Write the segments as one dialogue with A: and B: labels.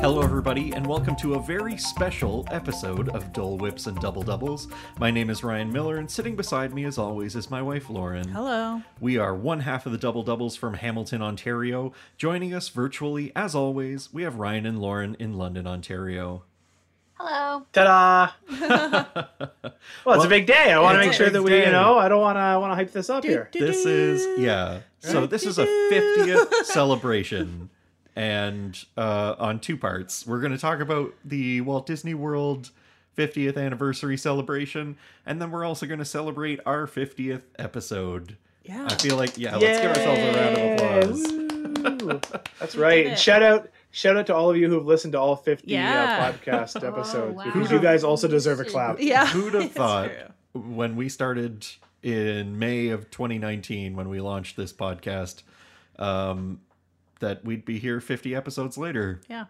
A: Hello, everybody, and welcome to a very special episode of Dole Whips and Double Doubles. My name is Ryan Miller, and sitting beside me, as always, is my wife, Lauren.
B: Hello.
A: We are one half of the Double Doubles from Hamilton, Ontario. Joining us virtually, as always, we have Ryan and Lauren in London, Ontario.
C: Hello.
D: Ta-da! well, it's
A: Well,
D: a big day. I want
A: it's
D: to
A: a
D: make sure
A: big
D: that we,
A: day.
D: you know, I don't want to I want to hype this up here.
A: This is, yeah. So, this is a 50th celebration, and uh, on two parts. We're going to talk about the Walt Disney World 50th anniversary celebration, and then we're also going to celebrate our 50th episode.
B: Yeah.
A: I feel like, yeah, let's give ourselves a round of applause.
D: of applause. That's
B: did
D: right.
B: it.
D: And shout out shout out to all of you who've listened to all 50
B: Yeah. Oh,
D: uh, podcast episodes
C: wow.
D: because you guys also deserve a clap.
B: Yeah.
A: Who'd have
B: it's
A: thought
B: true.
A: when we started in May of 2019, when we launched this podcast, um, that we'd be here 50 episodes later?
B: Yeah.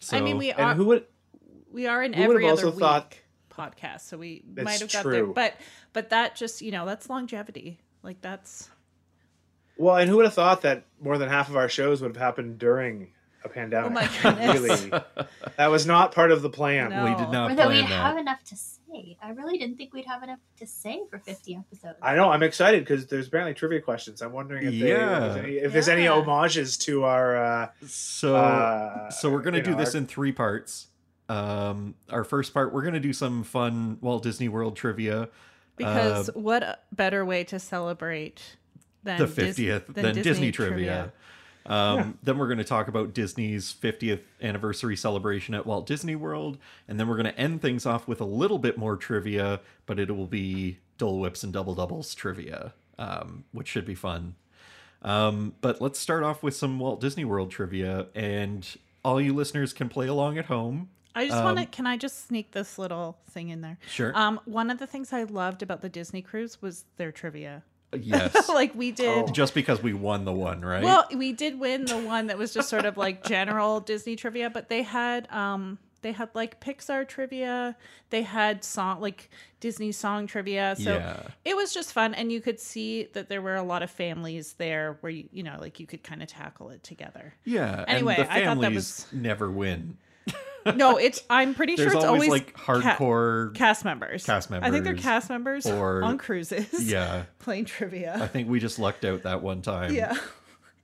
A: So,
B: I mean, we are
D: And who would
B: we are in
D: who would
B: every
D: have
B: other
D: also
B: week
D: thought-
B: podcast, so we
D: That's
B: might have got there.
D: true.
B: But but that just you know that's longevity. Like that's
D: Well, and who would have thought that more than half of our shows would have happened during a
B: Oh
D: pandemic?
B: my goodness.
D: That was not part of the plan.
B: No.
A: we did not
C: Or
A: plan
C: that we'd
A: that.
C: have enough to say. I really didn't think we'd have enough to say for 50 episodes.
D: I know. I'm excited because there's apparently trivia questions. I'm wondering if, they,
A: Yeah.
D: if, there's, any, if there's any
B: Yeah.
D: homages to our. Uh,
A: So,
D: uh,
A: so we're gonna
D: you
A: do
D: know,
A: this
D: our-
A: in three parts. Um, our first part, we're gonna do some fun Walt Disney World trivia.
B: because what a better way to celebrate than
A: Uh, the
B: Dis-
A: fiftieth, then, Disney, trivia. Um, Then we're going to talk about Disney's 50th anniversary celebration at Walt Disney World, and then we're going to end things off with a little bit more trivia, but it will be Dole Whips and Double Doubles trivia, um, which should be fun. Um, but let's start off with some Walt Disney World trivia, and all you listeners can play along at home.
B: I just
A: Um,
B: want to. Can I just sneak this little thing in there?
A: Sure.
B: Um, one of the things I loved about the Disney cruise was their trivia.
A: yes.
B: like we did.
D: Oh.
A: Just because we won the one, right?
B: Well, we did win the one that was just sort of like general Disney trivia, but they had um they had like Pixar trivia, they had song like Disney song trivia. So
A: yeah.
B: it was just fun and you could see that there were a lot of families there where you, you know, like you could kind of tackle it together.
A: Yeah.
B: Anyway,
A: and the
B: I thought that
A: families
B: was-
A: never win.
B: No, it's I'm pretty sure
A: There's
B: it's
A: always,
B: always,
A: like
B: ca-
A: hardcore.
B: cast members.
A: cast
B: I think they're
A: members
B: cast members
A: or-
B: on cruises
A: yeah,
B: playing
A: I
B: trivia.
A: think we just lucked out that one time.
B: yeah.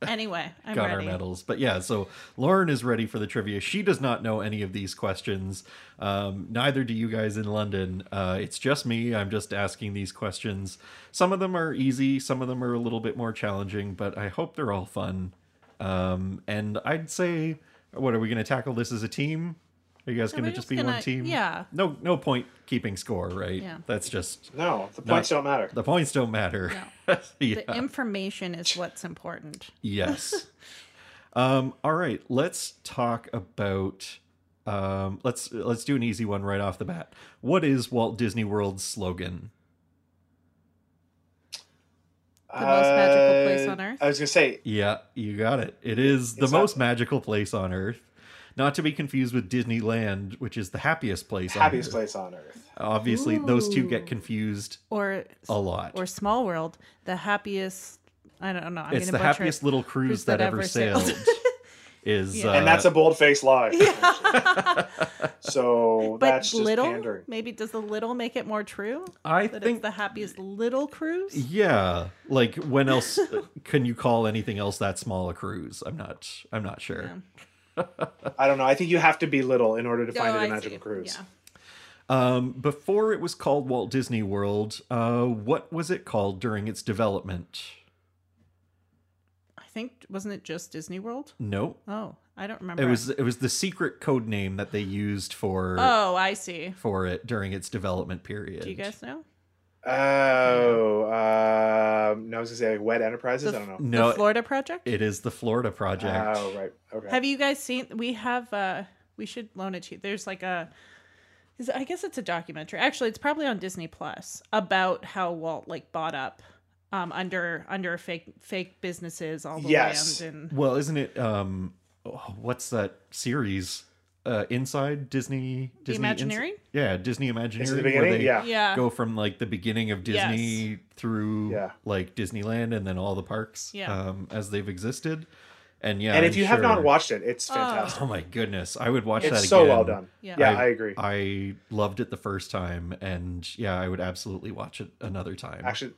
B: anyway, I'm
A: Got
B: ready.
A: our medals. But yeah, so Lauren is ready for the trivia. She does not know any of these questions. Um, neither do you guys in London. Uh, it's just me. I'm just asking these questions. Some of them are easy, some of them are a little bit more challenging, but I hope they're all fun. Um, and I'd say, what are we going to tackle this as a team? Are you guys
B: Yeah,
A: going to
B: we're
A: just
B: just
A: be one
B: gonna-
A: team?
B: yeah.
A: No, no point keeping score, right?
B: Yeah.
A: That's just
D: no, the points don't matter.
A: the points don't matter. yeah.
B: The information is what's important.
A: Yes. um, all right, let's talk about um, let's let's do an easy one right off the bat. What is Walt Disney World's slogan?
B: The most magical place on earth?
D: Uh, I was gonna say
A: Yeah, you got it. It is the
D: Exactly.
A: most magical place on earth. Not to be confused with Disneyland, which is the happiest place on
D: happiest
A: earth.
D: place on earth.
A: Obviously, those two get
C: Ooh.
A: confused
B: Or
A: a lot.
B: or Small World, the happiest. I don't know. I'm
A: it's
B: gonna
A: the
B: butcher
A: happiest
B: It.
A: little cruise, that, ever sailed. is
B: Yeah.
A: uh,
D: and that's a bold faced lie. so
B: But
D: that's just
B: little,
D: pandering.
B: maybe does the little make it more true
A: I
B: that
A: think
B: it's the happiest little cruise?
A: Yeah, like when else can you call anything else that small a cruise? I'm not. I'm not sure.
B: Yeah.
D: I don't know. I think you have to be little in order to find
B: Oh,
D: it
B: I
D: a
B: see.
D: magical cruise.
B: Yeah.
A: Um, before it was called Walt Disney World, uh, what was it called during its development?
B: I think wasn't it just Disney World?
A: No,
B: Oh, I don't remember.
A: it was it was the secret code name that they used for
B: Oh, I see.
A: for it during its development period.
B: Do you guys know?
D: Oh, um, no, I was gonna say like Wet Enterprises. I don't know.
A: No,
B: the Florida Project.
A: it is the Florida Project.
D: Oh, right. Okay.
B: Have you guys seen? We have. uh We should loan it to you. There's like a. Is, I guess it's a documentary. Actually, it's probably on Disney Plus about how Walt like bought up um under under fake fake businesses all the
D: Yes.
B: land and
A: Well, isn't it? Um, oh, what's that series? Uh, inside Disney, Disney Ins-
B: Imagineering?
A: yeah, Disney Imagineering.
D: Is it the
A: where
D: beginning?
A: they-
D: Yeah.
B: yeah.
A: go from like the beginning of
B: Yes.
A: Disney through
D: Yeah.
A: like Disneyland and then all the parks
B: Yeah.
A: um, as they've existed. And yeah,
D: and if
A: I'm
D: you have not
A: sure-
D: watched it, it's
B: Oh.
D: fantastic.
A: oh my goodness, I would watch that
D: it's
A: again.
D: so well done.
B: Yeah.
D: Yeah,
A: I-
D: I, agree.
A: I loved it the first time, and yeah, I would absolutely watch it another time.
D: Actually,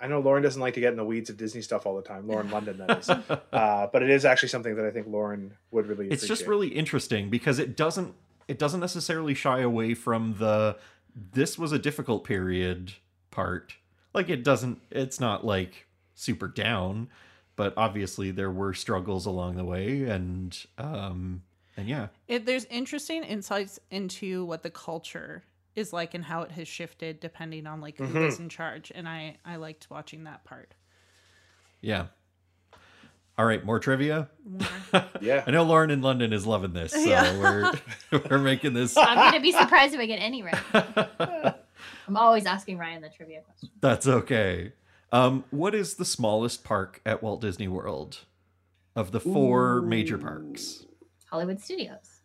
D: I know Lauren doesn't like to get in the weeds of Disney stuff all the time. Lauren London, that is. uh, but it is actually something that I think Lauren would really.
A: it's just
D: appreciate.
A: really interesting because it doesn't it doesn't necessarily shy away from the this was a difficult period part like it doesn't it's not like super down but obviously there were struggles along the way and um and yeah
B: It, there's interesting insights into what the culture is like and how it has shifted depending on like
D: Mm-hmm.
B: who is in charge. And I I liked watching that part.
A: yeah all right more trivia
D: Yeah.
A: i know lauren in london is loving this so
B: Yeah.
A: we're we're making this
C: I'm gonna be surprised if I get any right. I'm always asking Ryan the trivia question.
A: That's okay. Um, what is the smallest park at Walt Disney World of the four major parks?
C: Hollywood Studios.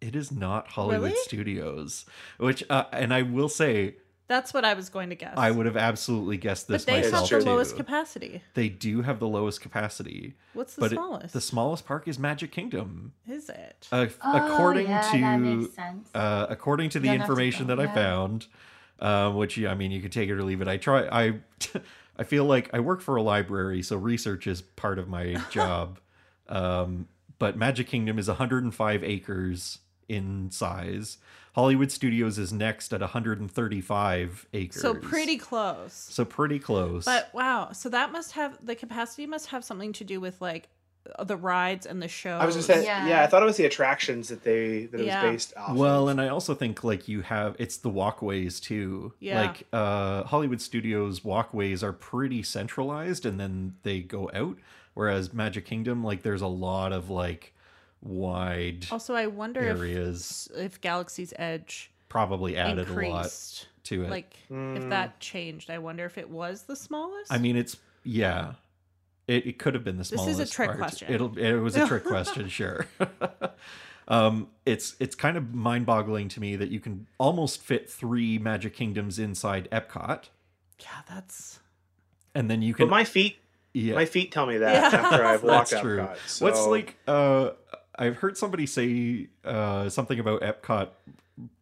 A: It is not Hollywood
B: Really?
A: Studios, which, uh, and I will say,
B: That's what I was going to guess.
A: I would have absolutely guessed this
B: but they have
A: myself
B: the
A: too.
B: lowest capacity.
A: They do have the lowest capacity,
B: What's the
A: but it-
B: smallest?
A: the smallest park is Magic Kingdom,
B: is it?
A: uh, according
C: Oh, yeah,
A: to
C: that makes sense.
A: uh, according to the
C: Don't have to
A: information
C: go,
A: that I
C: yeah.
A: found, um, which yeah, I mean, you can take it or leave it. I try. I I feel like I work for a library, so research is part of my job. um, but Magic Kingdom is 105 acres in size. Hollywood Studios is next at 135 acres.
B: so pretty close.
A: So pretty close.
B: But wow, so that must have the capacity must have something to do with like uh, the rides and the shows.
D: I was gonna say, yeah.
C: Yeah.
D: I thought it was the attractions that they that it
B: Yeah.
D: was based off.
A: well,
D: of.
A: and I also think like you have it's the walkways too.
B: Yeah.
A: Like uh Hollywood Studios walkways are pretty centralized and then they go out whereas Magic Kingdom like there's a lot of like wide
B: Also, I wonder
A: areas
B: if if Galaxy's Edge
A: probably added a lot
B: increased,
A: to it.
B: like if
D: Mm.
B: that changed. I wonder if it was the smallest.
A: I mean it's yeah. It, it could have been the
B: is a
A: smallest.
B: trick
A: part.
B: question.
A: It'll it was a trick question, sure. um it's it's kind of mind-boggling to me that you can almost fit 3 Magic Kingdoms inside Epcot.
B: yeah, that's
A: and then you can
D: but my feet,
A: yeah
D: my feet tell me that
B: Yeah.
D: after I've walked
A: that's true
D: Epcot. So
A: what's like uh i've heard somebody say uh something about epcot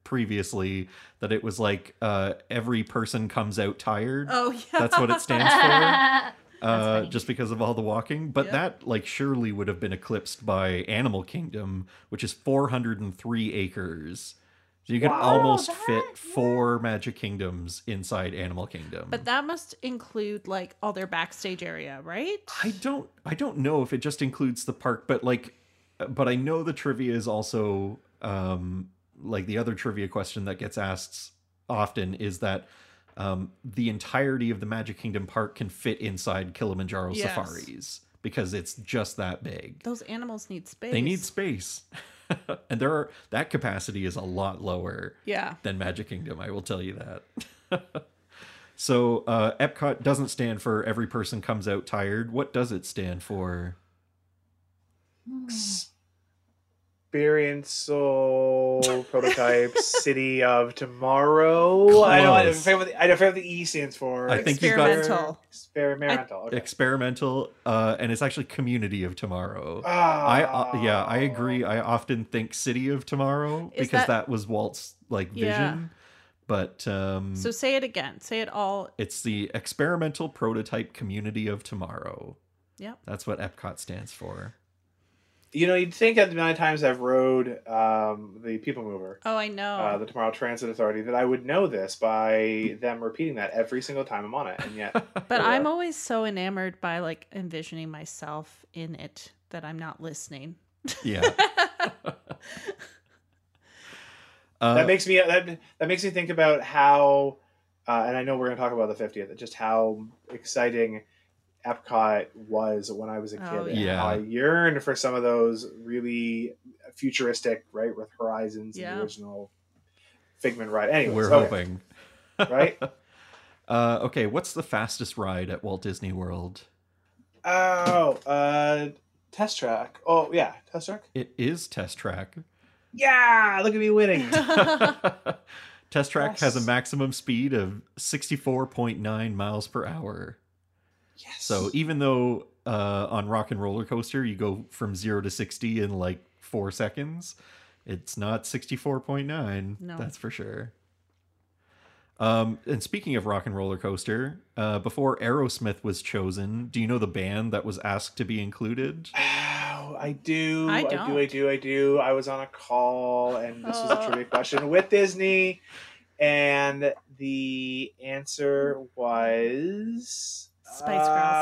A: previously that it was like uh every person comes out tired
B: oh yeah,
A: that's what it stands for
C: That's
A: uh
C: funny.
A: just because of all the walking but
B: Yep.
A: that like surely would have been eclipsed by animal kingdom which is 403 acres so you could
D: Wow.
A: almost
C: Oh,
A: fit
C: that- yeah.
A: four magic kingdoms inside animal kingdom
B: But that must include like all their backstage area, right?
A: I don't I don't know if it just includes the park, but like uh, but I know the trivia is also um like the other trivia question that gets asked often is that um the entirety of the Magic Kingdom park can fit inside Kilimanjaro
B: Yes.
A: safaris because it's just that big.
B: Those animals need space.
A: They need space. and there are that capacity is a lot lower
B: yeah.
A: than Magic Kingdom. I will tell you that. so uh, Epcot doesn't stand for every person comes out tired. What does it stand for?
C: Hmm.
D: experiential prototype city of tomorrow. I don't I don't
A: Close.
D: forget what the, I don't forget what the E stands for.
A: I think you got-
B: Experimental.
D: Experimental. okay.
A: Experimental, uh, and it's actually Community of Tomorrow.
D: Ah.
A: I uh, yeah, I agree. I often think City of Tomorrow
B: Is
A: because that...
B: that-
A: was Walt's like vision,
B: Yeah.
A: but um,
B: So say it again. Say it all.
A: it's the experimental prototype Community of Tomorrow.
B: Yep.
A: That's what Epcot stands for.
D: You know, you'd think at the amount of times I've rode um, the People Mover.
B: Oh, I know.
D: uh, the Tomorrow Transit Authority that I would know this by them repeating that every single time I'm on it, and yet
B: but
D: yeah.
B: I'm always so enamored by like envisioning myself in it that I'm not listening.
A: Yeah. Uh,
D: that makes me that, that makes me think about how, uh, and I know we're going to talk about the 50th, just how exciting Epcot was when I was a kid.
B: Oh,
D: and
A: yeah.
D: how I yearned for some of those really futuristic, right, with Horizons and
B: Yeah.
D: the original Figment ride. Anyway,
A: we're
D: okay,
A: hoping.
D: right?
A: Uh, okay, what's the fastest ride at Walt Disney World?
D: Oh, uh, Test Track. Oh yeah, Test Track.
A: It is Test Track.
D: Yeah, look at me winning.
A: Test Track has a
D: Yes.
A: maximum speed of 64.9 miles per hour.
D: Yes.
A: So even though uh, on Rock and Roller Coaster, you go from zero to sixty in like four seconds. It's not sixty four point nine.
B: No.
A: that's for sure. Um, and speaking of Rock and Roller Coaster, uh, before Aerosmith was chosen, do you know the band that was asked to be included?
D: Oh, I do.
B: I
D: I, do. I
B: don't.
D: do. I do. I was on a call, and this was a
B: Oh.
D: trivia question with Disney, and the answer was
B: Spice Girls.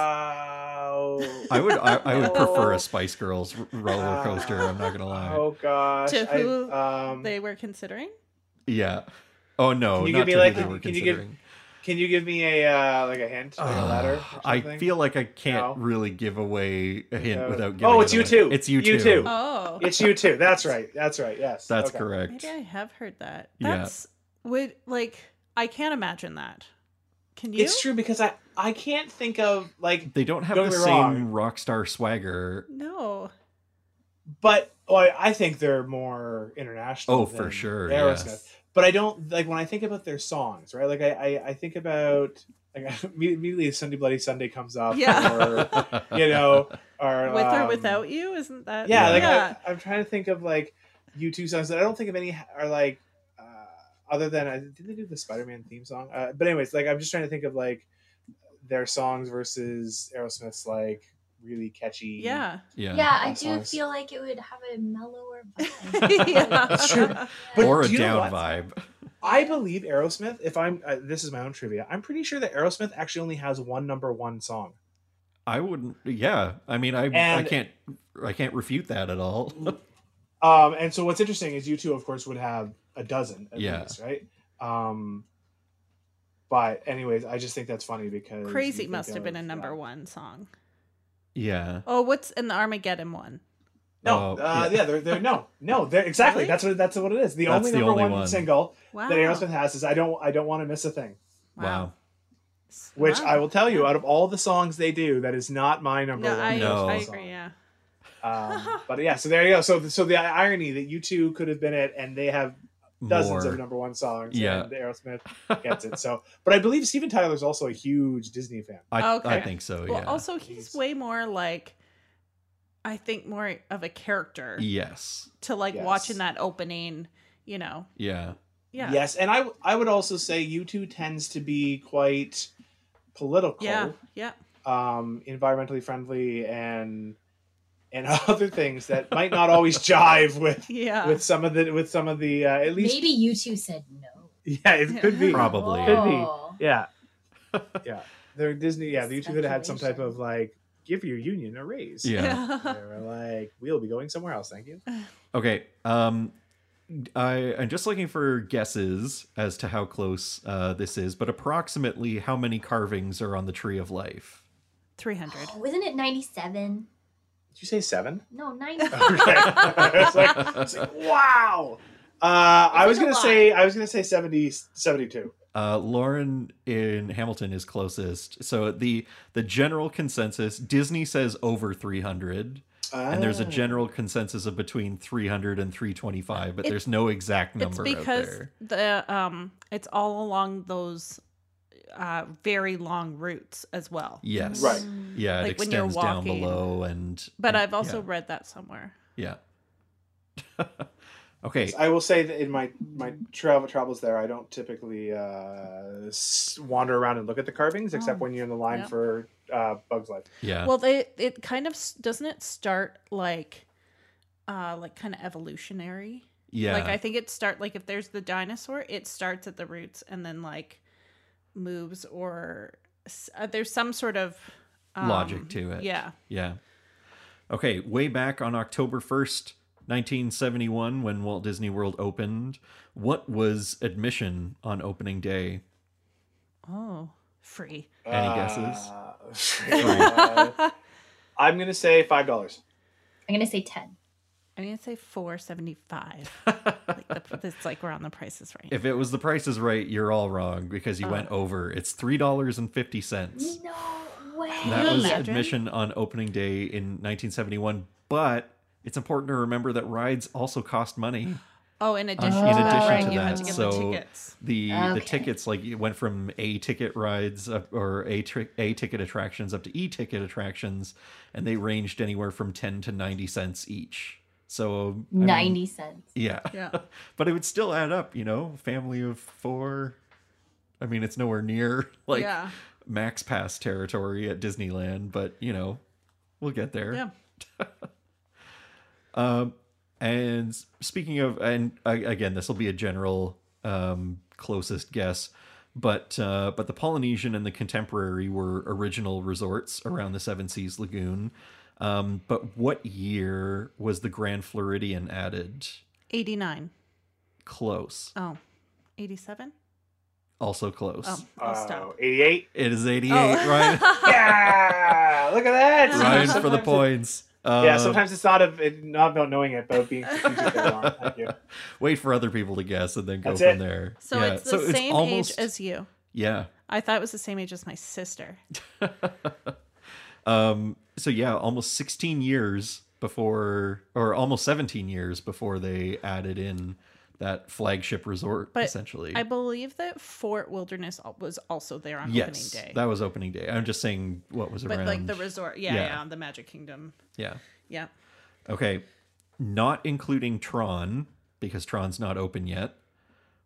D: Oh,
A: I would I, I would prefer
B: Oh.
D: No.
A: a Spice Girls r- roller coaster. I'm not gonna lie.
D: Ah. oh gosh.
B: To who
D: I, um,
B: They were considering.
A: Yeah. Oh no,
D: Can you
A: not
D: give me,
A: to who
D: like,
A: they were
D: can you give-
A: considering.
D: Can you give me a uh, like a hint, like a
A: Uh,
D: letter? or
A: I
D: something?
A: feel like I can't
D: No.
A: really give away a hint
D: No.
A: without
D: Oh,
A: giving.
D: it's
A: it
D: you
A: away.
D: too.
A: It's you
D: You
A: too.
D: too.
B: Oh,
D: it's you too. That's right. That's right. Yes.
A: That's
D: Okay.
A: correct.
B: maybe I have heard that.
A: Yeah.
B: That's would like I can't imagine that. Can you?
D: It's true because I I can't think of like
A: They don't have
D: Don't
A: the
D: get me
A: same rock star swagger.
B: No.
D: but oh, I, I think they're more international.
A: Oh,
D: than
A: for sure, yeah.
D: Aerosmith. But I don't like when I think about their songs, right? Like I, I, I think about like immediately Sunday Bloody Sunday comes up,
B: Yeah.
D: or you know, or
B: With or
D: um,
B: without you, isn't that?
D: Yeah,
A: Yeah.
D: like I, I'm trying to think of like U two songs that I don't think of any are like uh, other than I did they do the Spider Man theme song? Uh, but anyways, like I'm just trying to think of like their songs versus Aerosmith's like really catchy.
B: yeah.
A: yeah.
C: Yeah, I
D: That
C: do
D: sounds-
C: feel like it would have a mellower
B: yeah.
C: vibe.
A: That's
D: true.
C: Yeah.
D: But
A: or a
D: do you know
A: down
D: what?
A: vibe.
D: I believe Aerosmith. If I'm, uh, this is my own trivia. I'm pretty sure that Aerosmith actually only has one number one song.
A: I wouldn't. Yeah. I mean, I I
D: And-
A: can't I can't refute that at all.
D: Um, and so what's interesting is you two, of course, would have a dozen at
A: Yeah.
D: least, right? Um, but anyways, I just think that's funny because
B: Crazy
D: you think
B: must have been a
D: of,
B: number
D: uh,
B: one song.
A: yeah.
B: Oh, what's in the Armageddon one?
D: No,
A: Oh,
D: uh,
A: yeah.
D: yeah. they're they're no, no, they're exactly.
B: Really? Ah.
D: That's what that's what it is. The
A: That's
D: only
A: the
D: number
A: only
D: one,
A: one.
D: single
B: Wow.
D: that Aerosmith has is "I don't, I don't want to miss a thing,"
A: Wow.
B: S-
D: which
B: wow.
D: I will tell you, out of all the songs they do, that is not my number
B: Ah. No,
D: one.
B: I,
A: No.
B: I
D: song.
B: agree. Yeah.
D: Um, but yeah, so there you go. So so the irony that you two could have been it, and they have dozens of number one songs.
A: Yeah.
D: and Aerosmith gets it. So, but I believe Steven Tyler's also a huge Disney fan.
A: I, I
B: Okay.
A: think so.
B: Well,
A: yeah.
B: also he's
D: Jeez.
B: way more like, I think more of a character
A: yes.
B: to like
D: Yes.
B: watching that opening. You know.
A: Yeah.
B: Yeah.
D: Yes, and I I would also say you two tends to be quite political,
B: Yeah. Yeah.
D: um, environmentally friendly, and and other things that might not always jive with
B: Yeah.
D: with some of the with some of the uh, at least
C: Maybe you two said no.
D: yeah it could be
A: Probably.
C: Oh.
D: Yeah. yeah. They're Disney. Yeah, you two could have had some type
C: Speculation.
D: of like, give your union a raise.
A: Yeah.
D: They were like, we'll be going somewhere else. Thank you.
A: Okay. Um, I I'm just looking for guesses as to how close uh, this is, but approximately how many carvings are on the Tree of Life?
B: Three hundred.
C: Oh, isn't it 97?
D: Did you say seven?
C: No, 90.
D: Okay. I was like, I was like, wow. Uh, I
C: It's
D: was
C: like a
D: gonna say I was gonna say 70, 72.
A: Uh, Lauren in Hamilton is closest. So the the general consensus, Disney says over 300, and there's a
D: Ah.
A: general consensus of between 300 and 325, but
B: It-
A: there's no exact
B: It's
A: number out
B: because
A: there.
B: the um, it's all along those, uh, very long routes as well.
A: Yes.
D: Right.
A: Yeah, it
B: Like when you're
A: extends down
B: walking.
A: below and
B: But
A: and-
B: I've also read that somewhere.
A: yeah. yeah. okay.
D: I will say that in my my travel travels there, I don't typically uh, s- wander around and look at the carvings, except
B: Oh.
D: when you're in the line
B: Yeah.
D: for uh, Bugs Life.
A: Yeah.
B: Well, they it kind of s- doesn't it start like, uh, like kind of evolutionary.
A: yeah.
B: Like I think it start like if there's the dinosaur, it starts at the roots and then like moves or s- uh, there's some sort of
A: Logic
B: um,
A: to it.
B: Yeah.
A: Yeah. Okay, way back on October 1st, 1971, when Walt Disney World opened, what was admission on opening day?
B: Oh, free.
A: Any guesses?
D: Uh, I'm gonna say five dollars.
C: I'm going to say 10.
B: I'm gonna say four seventy five. like the, it's like we're on the prices right.
A: If it was the price is right, you're all wrong because you
B: Oh.
A: went over. It's $3.50.
C: No way.
A: That was
B: Imagine.
A: admission on opening day in 1971, but it's important to remember that rides also cost money.
B: Oh, in addition,
A: Uh, in
B: to
A: addition
B: that,
A: to
B: right, you
A: that,
B: have to get the
A: so-
B: tickets.
A: the the
C: Okay.
A: tickets like it went from a ticket rides up, or a tri- a ticket attractions up to e ticket attractions and they ranged anywhere from 10 to 90 cents each so I mean,
C: 90 cents.
A: yeah
B: Yeah.
A: but it would still add up you know family of four i mean it's nowhere near like
B: yeah.
A: max pass territory at disneyland but you know we'll get there
B: Yeah.
A: Um, and s- speaking of, and uh, again, this will be a general um, closest guess, but uh, but the Polynesian and the Contemporary were original resorts around the Seven Seas Lagoon. Um, but what year was the Grand Floridian added?
B: 89.
A: Close,
B: Oh, 87?
A: also close.
B: Oh, I'll
D: Oh,
B: stop.
D: 88.
A: It is eighty-eight,
B: Oh.
A: Ryan.
D: Yeah, look at that.
A: Ryan for the
D: Sometimes it-
A: points. Uh,
D: yeah, sometimes it's not of it, not about knowing it, but being confused if they're wrong. Thank you.
A: Um, wait for other people to guess and then go
D: That's
A: from
D: it.
A: there.
B: So
A: Yeah,
B: it's the same age as you.
A: yeah.
B: I thought it was the same age as my sister.
A: um so yeah almost 16 years before or almost 17 years before they added in that flagship resort
B: But
A: essentially
B: I believe that Fort Wilderness al- was also there on
A: yes
B: opening day.
A: that was opening day i'm just saying what was
B: but
A: around
B: like the resort, yeah,
A: Yeah.
B: yeah, the Magic Kingdom.
A: yeah
B: Yeah.
A: okay not including tron because tron's not open yet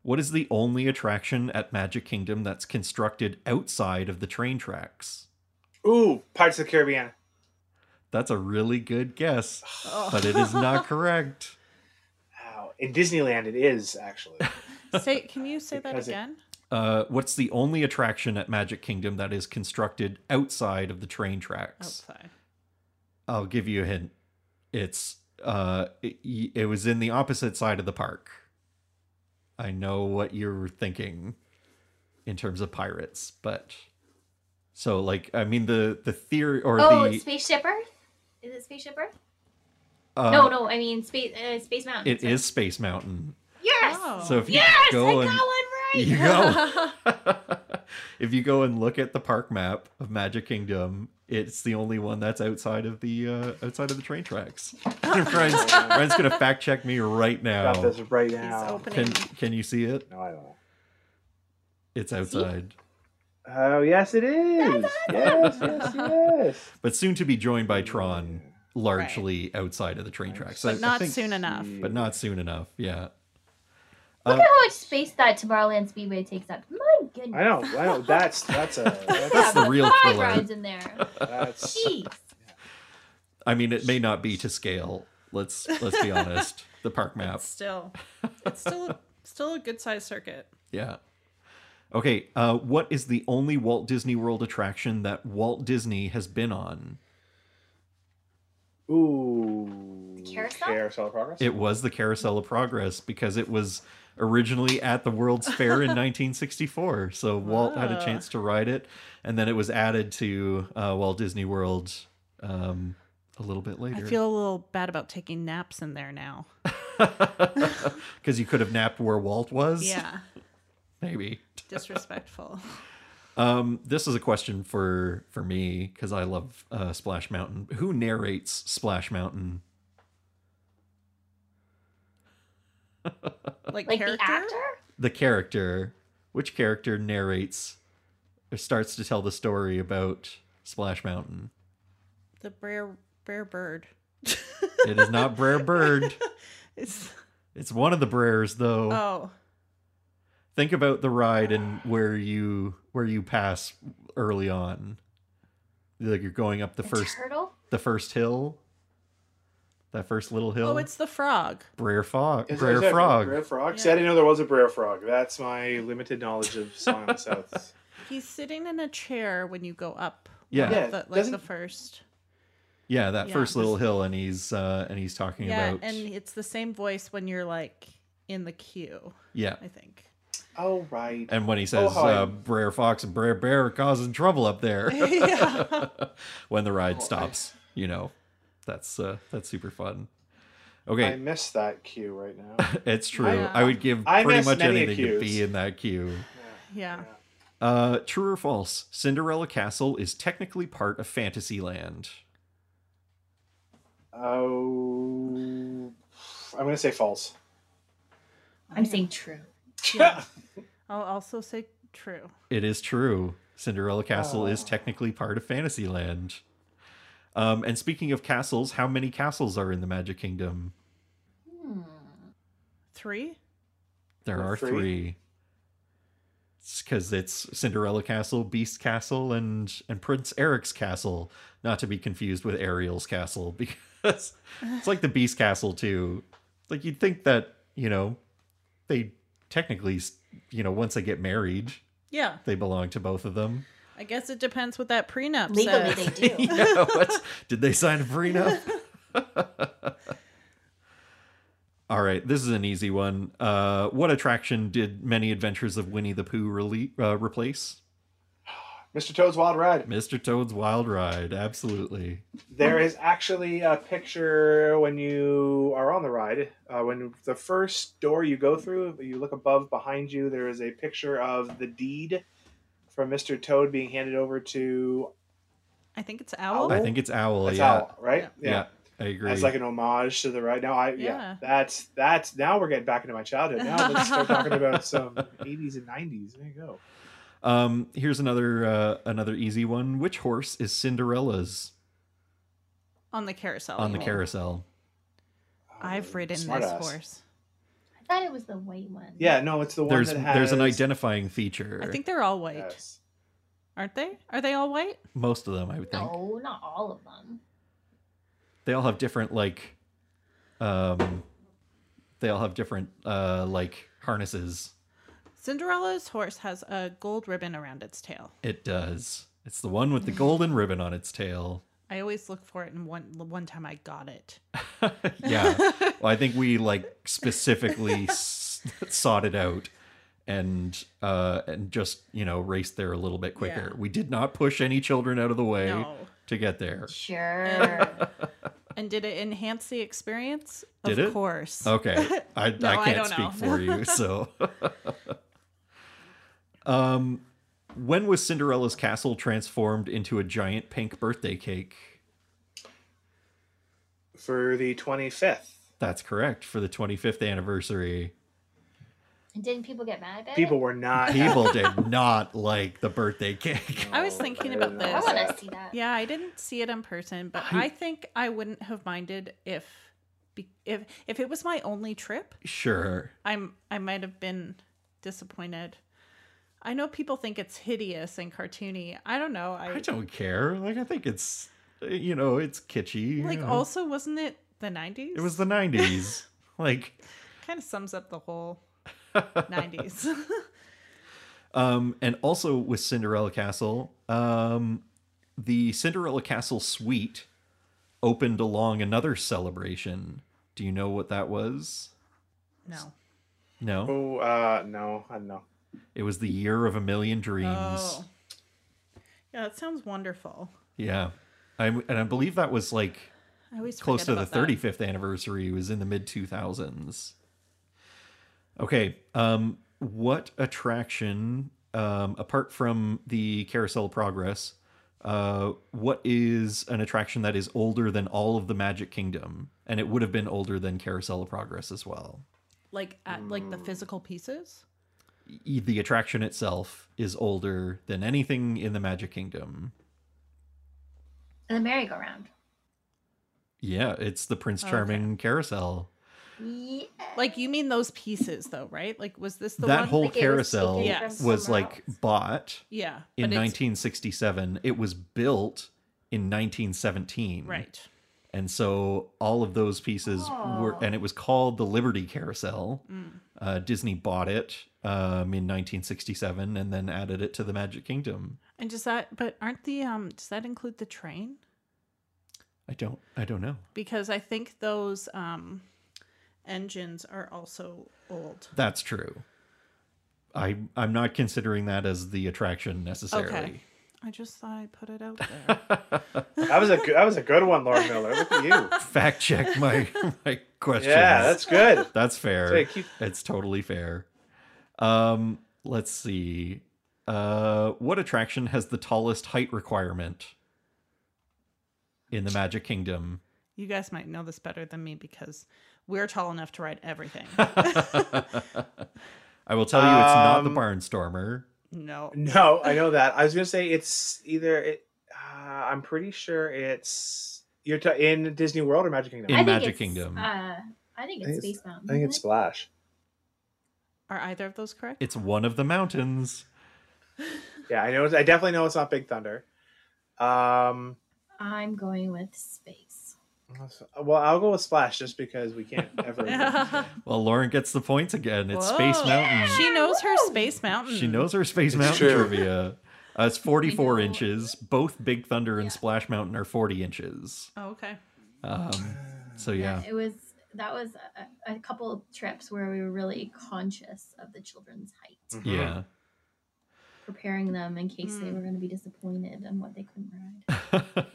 A: what is the only attraction at magic kingdom that's constructed outside of the train tracks
D: Ooh, Pirates of the Caribbean.
A: that's a really good guess but it is not correct
D: Wow. In Disneyland, it is actually.
B: say, can you say that
D: Because it-
B: again?
A: Uh, what's the only attraction at Magic Kingdom that is constructed outside of the train tracks?
B: Outside.
A: I'll give you a hint. It's uh, it, it was in the opposite side of the park. I know what you're thinking in terms of pirates, but so like I mean the the theory or
C: Oh,
A: the
C: Spaceship Earth? Is it Spaceship Earth?
A: uh,
C: no, no, I mean Space uh, Space Mountain.
A: it is Space Mountain.
C: Yes!
B: Oh.
A: So if you
C: Yes!
A: go
C: I
A: and
C: got
A: you
C: one right!
A: go uh, if you go and look at the park map of magic kingdom it's the only one that's outside of the uh, outside of the train tracks Ryan's, Ryan's gonna fact check me right now
D: Got this right
B: He's
D: now.
B: opening.
A: can can you see it
D: No, I don't know.
A: it's outside
D: Oh yes, it is. Yes, yes, yes.
A: but soon to be joined by tron largely outside of the train tracks
B: but
A: I- I
B: not
A: think-
B: soon enough.
A: but not soon enough yeah
C: Look
A: Uh,
C: at how much space that Tomorrowland Speedway takes up. My goodness.
D: I know. I know. That's that's a
C: Yeah,
D: that's
A: the
C: about
A: real
C: five
A: thriller.
C: rides in there.
D: that's
C: Jeez.
A: i mean it may not be to scale let's let's be honest the park map
B: Still, it's still still a good sized circuit.
A: Yeah. Okay. Uh, what is the only Walt Disney World attraction that Walt Disney has been on?
D: ooh.
C: Carousel?
D: Carousel of progress.
A: It was the Carousel of Progress because it was originally at the World's Fair in 1964. So Walt had a
B: Ah.
A: chance to ride it, and then it was added to uh, Walt Disney World um, a little bit
B: I
A: later.
B: feel a little bad about taking naps in there now.
A: because you could have napped where Walt was.
B: Yeah,
A: Maybe.
B: disrespectful.
A: Um, this is a question for for me because I love uh, Splash Mountain. Who narrates Splash Mountain?
B: Like,
C: Like
B: character.
C: the actor?
A: The character, which character narrates or starts to tell the story about Splash Mountain?
B: The Brer Brer Bird.
A: It is not Brer Bird.
B: It's,
A: It's one of the Brers, though.
B: oh,
A: Think about the ride and where you where you pass early on. Like you're going up the
C: The
A: first
C: turtle?
A: the first hill. That first little hill.
B: oh, it's the frog.
A: Brer Frog.
D: Is-
A: Brer
D: is that
A: Frog.
D: Brer Frog. See,
B: Yeah.
D: I didn't know there was a Brer Frog. That's my limited knowledge of Song of the South.
B: He's sitting in a chair when you go up.
A: Yeah.
D: Yeah.
B: the, like the
D: doesn't-
B: first.
A: Yeah, that
B: Yeah.
A: first little hill, and he's uh, and he's talking
B: Yeah,
A: about
B: and it's the same voice when you're like in the queue.
A: yeah,
B: I think.
D: Oh right.
A: and when he says
D: how I-
A: uh, Brer Fox and Brer Bear are causing trouble up there
B: yeah.
A: when the ride
D: Oh, I-
A: stops, you know, that's uh, that's super fun. Okay,
D: I missed that cue right now.
A: it's true.
B: Yeah.
A: I would give
D: I
A: pretty
D: miss
A: much
D: many a
A: anything to
D: cues.
A: be in that queue.
B: Yeah.
A: Uh, true or false? Cinderella Castle is technically part of Fantasyland.
D: Oh, I'm gonna say false.
C: I'm saying true.
B: Yeah. I'll also say true.
A: It is true. Cinderella Castle is
D: Oh.
A: technically part of Fantasyland. Um, and speaking of castles, how many castles are in the Magic Kingdom?
C: Hmm.
B: Three?
A: There
D: There are
A: are
D: three.
A: three. Because it's, Cinderella Castle, Beast Castle, and and Prince Eric's Castle, not to be confused with Ariel's Castle, because it's like the Beast Castle too. Like you'd think that you know, they technically s- you know once they get married,
B: Yeah.
A: they belong to both of them.
B: I guess it depends what that prenup
C: Legally,
B: says.
C: they do.
A: yeah, what? Did they sign a prenup? All right, this is an easy one. Uh, what attraction did Many Adventures of Winnie the Pooh rele- uh, replace?
D: Mr. Toad's Wild Ride.
A: Mr. Toad's Wild Ride, absolutely.
D: There
A: Mm-hmm.
D: is actually a picture when you are on the ride. Uh, when the first door you go through, you look above behind you, there is a picture of the deed from Mr. Toad being handed over to
B: I think it's owl.
A: I think it's Owl.
D: Oh. that's
A: yeah.
D: Owl, right?
A: yeah, I agree.
D: As like an homage to the ride. Now I yeah.
B: Yeah.
D: That's that's now we're getting back into my childhood. Now let's start talking about some eighties and nineties. There you go.
A: um, here's another uh, another easy one. Which horse is Cinderella's
B: on the carousel.
A: on the
D: Oh.
B: yeah.
A: carousel?
B: I've ridden
D: Smart
B: this
D: ass.
B: horse.
C: I thought it was the white one.
D: Yeah, no, it's the one
A: There's
D: that has
A: there's an identifying feature.
B: I think they're all white.
D: Yes.
B: Aren't they? Are they all white?
A: most of them. I would think.
C: No, not all of them.
A: they all have different like um they all have different uh like harnesses
B: Cinderella's horse has a gold ribbon around its tail.
A: it does it's the one with the golden ribbon on its tail
B: I always look for it, and one one time I got it.
A: yeah well, i think we like specifically s- sought it out and uh and just you know raced there a little bit quicker
B: Yeah.
A: we did not push any children out of the way
B: No.
A: to get there
C: Sure.
B: And did it enhance the experience?
A: Did
B: of
A: it? Oh,
B: course.
A: Okay. I,
B: No,
A: I
B: I
A: can't
B: don't
A: speak
B: know.
A: for you. So, um, when was Cinderella's castle transformed into a giant pink birthday cake?
D: For the twenty fifth.
A: That's correct for the 25th anniversary.
C: and didn't people get mad at
D: People
C: it?
D: were not
A: People did not like the birthday cake.
B: I was thinking about
C: I
B: this.
C: want to see that.
B: Yeah, I didn't see it in person, but
A: I-
B: I think I wouldn't have minded if be- if if it was my only trip.
A: Sure.
B: I'm I might have been disappointed. I know people think it's hideous and cartoony. I don't know. I,
A: I don't care. Like, I think it's, you know, it's kitschy. you
B: like
A: know.
B: also wasn't it the 90s?
A: it was the 90s. like,
B: kind of sums up the whole 90s.
A: Um, and also with Cinderella Castle, um, the Cinderella Castle suite opened along another celebration. Do you know what that was?
B: no.
A: No,
D: Oh uh no, I don't know.
A: it was the year of a million dreams.
B: Oh. Yeah, that sounds wonderful.
A: Yeah, I, and I believe that was like
B: I always
A: close to
B: forget
A: the
B: about that.
A: 35th anniversary. It was in the mid 2000s. Okay, um, what attraction um, apart from the Carousel of Progress? Uh, what is an attraction that is older than all of the Magic Kingdom, and it would have been older than Carousel of Progress as well?
B: Like at, like the physical pieces?
A: E- The attraction itself is older than anything in the Magic Kingdom.
C: And the merry-go-round.
A: Yeah, it's the Prince
B: Okay.
A: Charming Carousel.
C: Yeah.
B: Like you mean those pieces though, right? Like was this the
A: that
B: one
A: whole
C: like it was
A: carousel
B: taken from
A: was,
C: somewhere
A: like
C: else.
A: bought
B: Yeah.
A: in
B: but it's-
A: 1967. It was built in 1917.
B: Right.
A: And so all of those pieces were,
C: Oh.
A: and it was called the Liberty Carousel.
B: Mm.
A: Uh, Disney bought it um, in 1967 and then added it to the Magic Kingdom.
B: And does that but aren't the um does that include the train?
A: I don't, I don't know.
B: Because I think those um engines are also old.
A: That's true. I, I'm not considering that as the attraction necessarily.
B: I just thought I put it out there.
D: That was a good that was a good one, Lauren Miller. Look at you.
A: Fact check my my questions.
D: Yeah, that's good.
A: that's fair.
D: Hey, keep-
A: It's totally fair. Um, let's see. Uh, what attraction has the tallest height requirement in the Magic Kingdom?
B: You guys might know this better than me because we're tall enough to ride everything.
A: I will tell you, it's not the
D: Um,
A: Barnstormer.
B: no.
D: No, I know that. I was gonna say it's either it. Uh, I'm pretty sure it's you're t- in Disney World or Magic Kingdom.
A: In
C: I think
A: Magic
C: it's,
A: Kingdom.
C: Uh, I think
D: I think
C: it's
D: it's-
C: Space Mountain.
D: I think it's
C: isn't
D: Splash.
B: Are either of those correct?
A: It's one of the mountains.
D: Yeah, I know. it's- I definitely know it's not Big Thunder. Um,
C: it? I'm going with space.
D: well, I'll go with Splash just because we can't ever.
A: Well, Lauren gets the points again. It's
B: Whoa.
A: Space Mountain.
B: She knows her
C: Woo!
B: Space Mountain.
A: She knows her Space
D: It's
A: Mountain
D: true.
A: trivia. Uh, it's 44
C: know.
A: inches. Both Big Thunder and
C: Yeah.
A: Splash Mountain are 40 inches.
B: Oh, okay.
A: Um, so, yeah.
C: It was that was a, a couple of trips where we were really conscious of the children's height,
D: Mhm.
A: Yeah.
C: preparing them in case they
B: Mm.
C: were going to be disappointed in what they couldn't ride.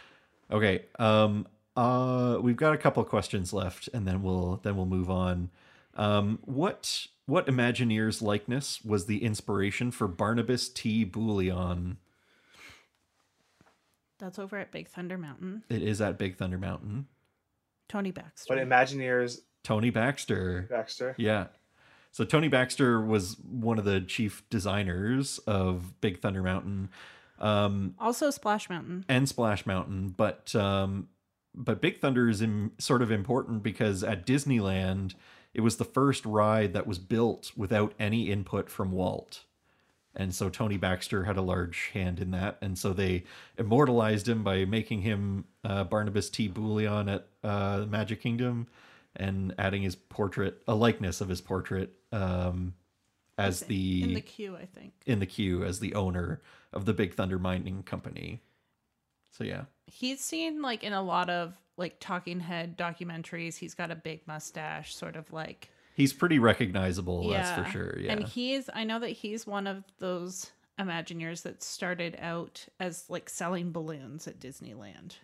A: okay. Um, uh, we've got a couple questions left, and then we'll then we'll move on. Um, what what Imagineer's likeness was the inspiration for Barnabas T. Bouillon?
B: That's over at Big Thunder Mountain.
A: It is at Big Thunder Mountain.
B: Tony Baxter.
D: But Imagineers
A: Tony Baxter.
D: Baxter.
A: Yeah. So Tony Baxter was one of the chief designers of Big Thunder Mountain um,
B: also Splash Mountain.
A: and Splash Mountain, but um, but Big Thunder is im sort of important because at Disneyland, it was the first ride that was built without any input from Walt. And so Tony Baxter had a large hand in that, and so they immortalized him by making him uh, Barnabas T. Bouillon at uh, Magic Kingdom, and adding his portrait, a likeness of his portrait, um, as
B: It's
A: the
B: in the queue, I think.
A: in the queue as the owner of the Big Thunder Mining Company. So yeah,
B: He's seen like in a lot of like talking head documentaries. He's got a big mustache, sort of like
A: he's pretty recognizable. That's for
B: Yeah.
A: sure. Yeah,
B: And he is, I know that he's one of those Imagineers that started out as like selling balloons at Disneyland,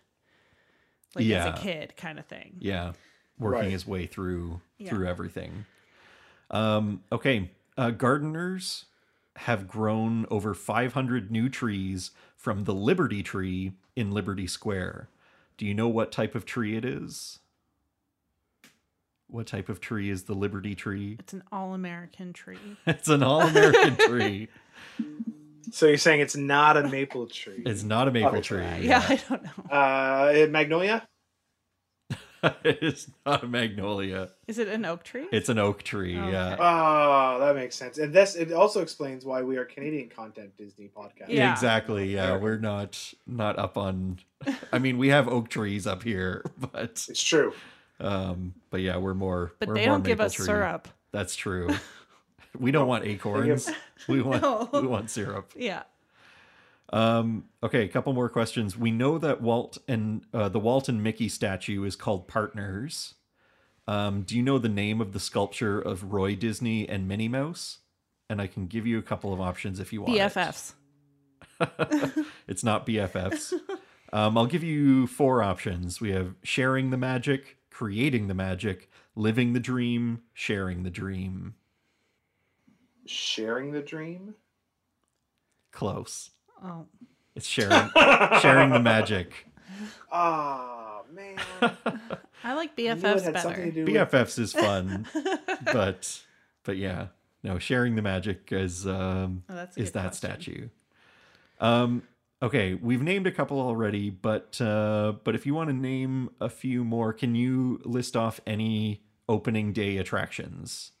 B: like
A: Yeah.
B: as a kid kind of thing.
A: yeah, working
D: Right.
A: his way through
B: Yeah.
A: through everything. Um, okay, uh, gardeners have grown over 500 new trees from the Liberty Tree in Liberty Square. Do you know what type of tree it is? What type of tree is the Liberty Tree?
B: It's an all American tree.
A: It's an all-American tree.
D: So you're saying it's not a maple tree?
A: It's not a maple
D: Obviously.
A: tree.
B: Oh, yeah, I don't know.
D: uh, magnolia.
A: it's not a magnolia.
B: Is it an oak tree?
A: It's an oak tree.
B: Okay.
A: Yeah.
D: Oh, that makes sense. And this it also explains why we are Canadian content Disney podcast.
B: Yeah.
A: Exactly. Yeah,
D: American.
A: we're not not up on. I mean, we have oak trees up here, but
D: It's true.
A: um, but yeah, we're more.
B: but
A: we're
B: they
A: more
B: don't give
A: maple
B: us
A: tree.
B: syrup.
A: That's true. We don't want acorns. We want
B: No.
A: we want syrup.
B: Yeah.
A: Um, okay, a couple more questions. We know that Walt and uh, the Walt and Mickey statue is called Partners. Um, do you know the name of the sculpture of Roy Disney and Minnie Mouse? And I can give you a couple of options if you want. it.
B: BFFs.
A: it's not BFFs. um, I'll give you four options. We have sharing the magic, creating the magic, living the dream, sharing the dream.
D: Sharing the dream.
A: Close.
B: Oh.
A: It's sharing sharing the magic.
D: Oh man.
B: I like
D: I knew it
B: BFFs
D: had something to
B: better.
D: do with-
A: BFFs is fun, but but yeah, no, sharing the magic is um,
B: Oh, that's a
A: is
B: good
A: that
B: question.
A: statue. Um, okay, we've named a couple already, but uh, but if you want to name a few more, can you list off any opening day attractions?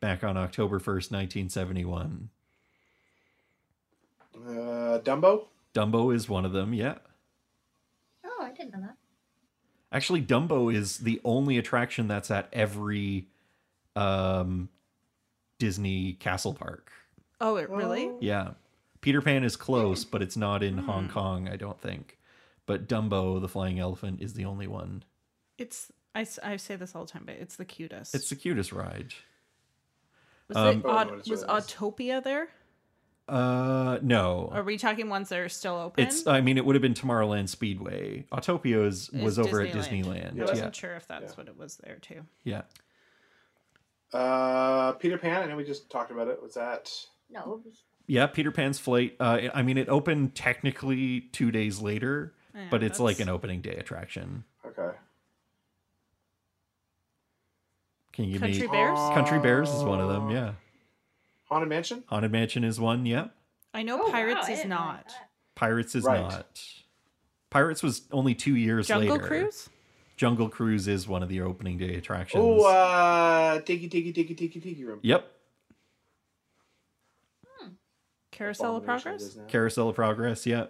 A: Back on October first, nineteen seventy one.
D: Uh, Dumbo.
A: Dumbo is one of them. Yeah,
C: Oh, I didn't know that.
A: actually, Dumbo is the only attraction that's at every um, Disney castle park.
B: Oh, it really?
D: Oh.
A: Yeah. Peter Pan is close, but it's not
B: Hmm.
A: in Hong Kong, I don't think. But Dumbo, the flying elephant, is the only one.
B: It's I, s- I say this all the time, but it's the cutest.
A: It's the cutest ride.
B: was
A: um,
B: it
D: Oh,
B: Aut-
D: no, it's
B: was
D: really nice.
B: Autopia there?
A: Uh,
B: Are
A: no.
B: we talking ones that are still open?
A: It's. uh, I mean, it would have been Tomorrowland Speedway. Autopia is, was
B: It's
A: over at Disneyland.
B: I
A: Yeah.
B: wasn't
A: yeah,
B: sure if that's
D: Yeah.
B: what it was there too.
D: Uh, Peter Pan. I know we just talked about it. Was that?
C: No, we-
A: Yeah, Peter Pan's flight. Uh, I mean, it opened technically two days later,
B: Yeah,
A: but it's like
B: that's-
A: an opening day attraction.
D: Okay.
A: Can you give
B: Country
A: me
B: Bears?
A: Country Bears is one of them, yeah.
D: Uh, Haunted Mansion.
A: Haunted Mansion is one, yeah.
B: I know
C: Oh, wow,
B: Pirates
C: I
B: is
C: didn't know
B: not.
C: that.
A: Pirates is
D: Right.
A: not. Pirates was only two years
B: Jungle
A: later.
B: Cruise?
A: Jungle Cruise is one of the opening day attractions.
D: Oh, uh, Tiki Tiki Tiki Tiki Tiki Room.
A: yep.
B: Carousel of Progress?
A: Carousel of Progress, yeah.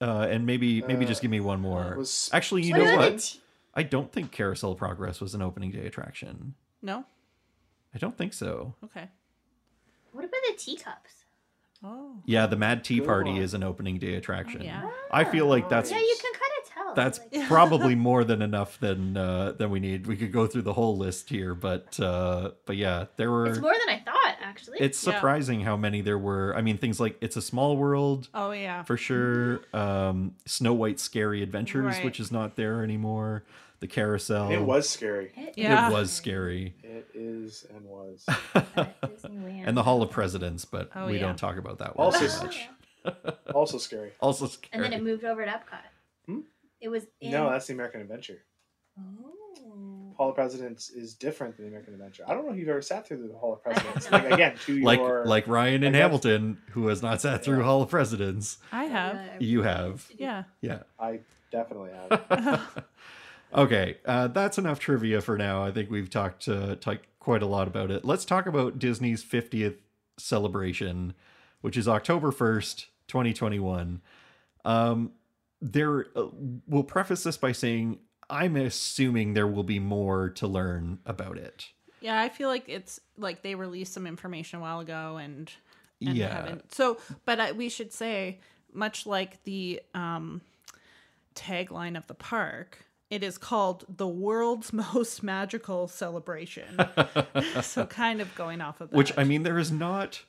A: Uh, and maybe maybe just give me one more.
D: was-
A: Actually, you
C: What
A: know
C: about
A: what?
C: the t-
A: I don't think Carousel of Progress was an opening day attraction.
B: No?
A: I don't think so.
B: Okay.
C: what about the teacups?
B: Oh.
A: Yeah, the Mad Tea
D: Good
A: Party
D: one.
A: is an opening day attraction.
B: yeah.
A: I feel like
D: Oh,
A: that's
C: Yeah, you can kind of tell.
A: that's
C: like-
A: probably more than enough than uh, than we need. We could go through the whole list here, but uh, but yeah, there were.
C: it's more than I thought, actually.
A: It's
B: Yeah.
A: surprising how many there were. I mean, things like It's a Small World
B: Oh, yeah.
A: for sure. Um, Snow White's Scary Adventures,
B: Right.
A: which is not there anymore. The Carousel.
D: It was scary.
C: It-
B: Yeah.
A: It was scary.
D: It is and was.
C: at Disneyland.
A: and the Hall of Presidents, but
B: Oh,
A: we
B: yeah.
A: don't talk about that one
D: Also
A: so
C: Oh,
A: much.
C: yeah.
D: also scary.
A: Also scary.
C: And then it moved over to Epcot.
D: Hmm?
C: It was in.
D: No, that's the American Adventure.
C: Oh.
D: Hall of Presidents is different than the American Adventure. I don't know if you've ever sat through the Hall of
C: I
D: Presidents.
C: haven't.
D: like again, to
A: like
D: your
A: like Ryan and
D: I guess-
A: Hamilton, who has not sat through
D: Yeah.
A: Hall of Presidents.
B: I have.
C: Uh,
A: You have,
B: Yeah.
A: yeah.
D: I definitely have.
A: okay, uh, that's enough trivia for now. I think we've talked uh, talked quite a lot about it. Let's talk about Disney's 50th celebration, which is October 1st, 2021. Um, there, uh, we'll preface this by saying I'm assuming there will be more to learn about it.
B: Yeah, I feel like it's like they released some information a while ago and and
A: yeah,
B: haven't. So, but I, we should say, much like the um, tagline of the park, it is called the world's most magical celebration. so, kind of going off of that.
A: which I mean, there is not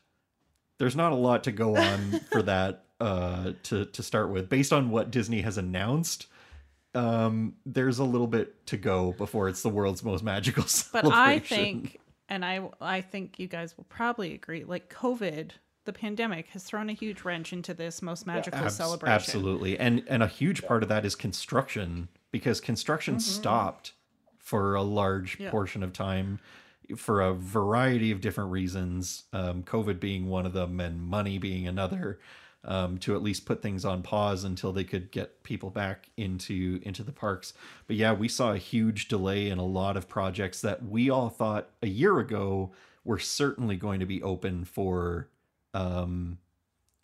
A: there's not a lot to go on for that uh, to to start with, based on what Disney has announced. Um, there's a little bit to go before it's the world's most magical
B: but
A: celebration.
B: I think, and I I think you guys will probably agree, like COVID, the pandemic has thrown a huge wrench into this most magical
A: Abs-
B: celebration.
A: absolutely, and and a huge part of that is construction because construction stopped for a large
B: Mm-hmm. Yeah.
A: portion of time for a variety of different reasons, um, COVID being one of them, and money being another. Um, to at least put things on pause until they could get people back into into the parks. But yeah, we saw a huge delay in a lot of projects that we all thought a year ago were certainly going to be open for um,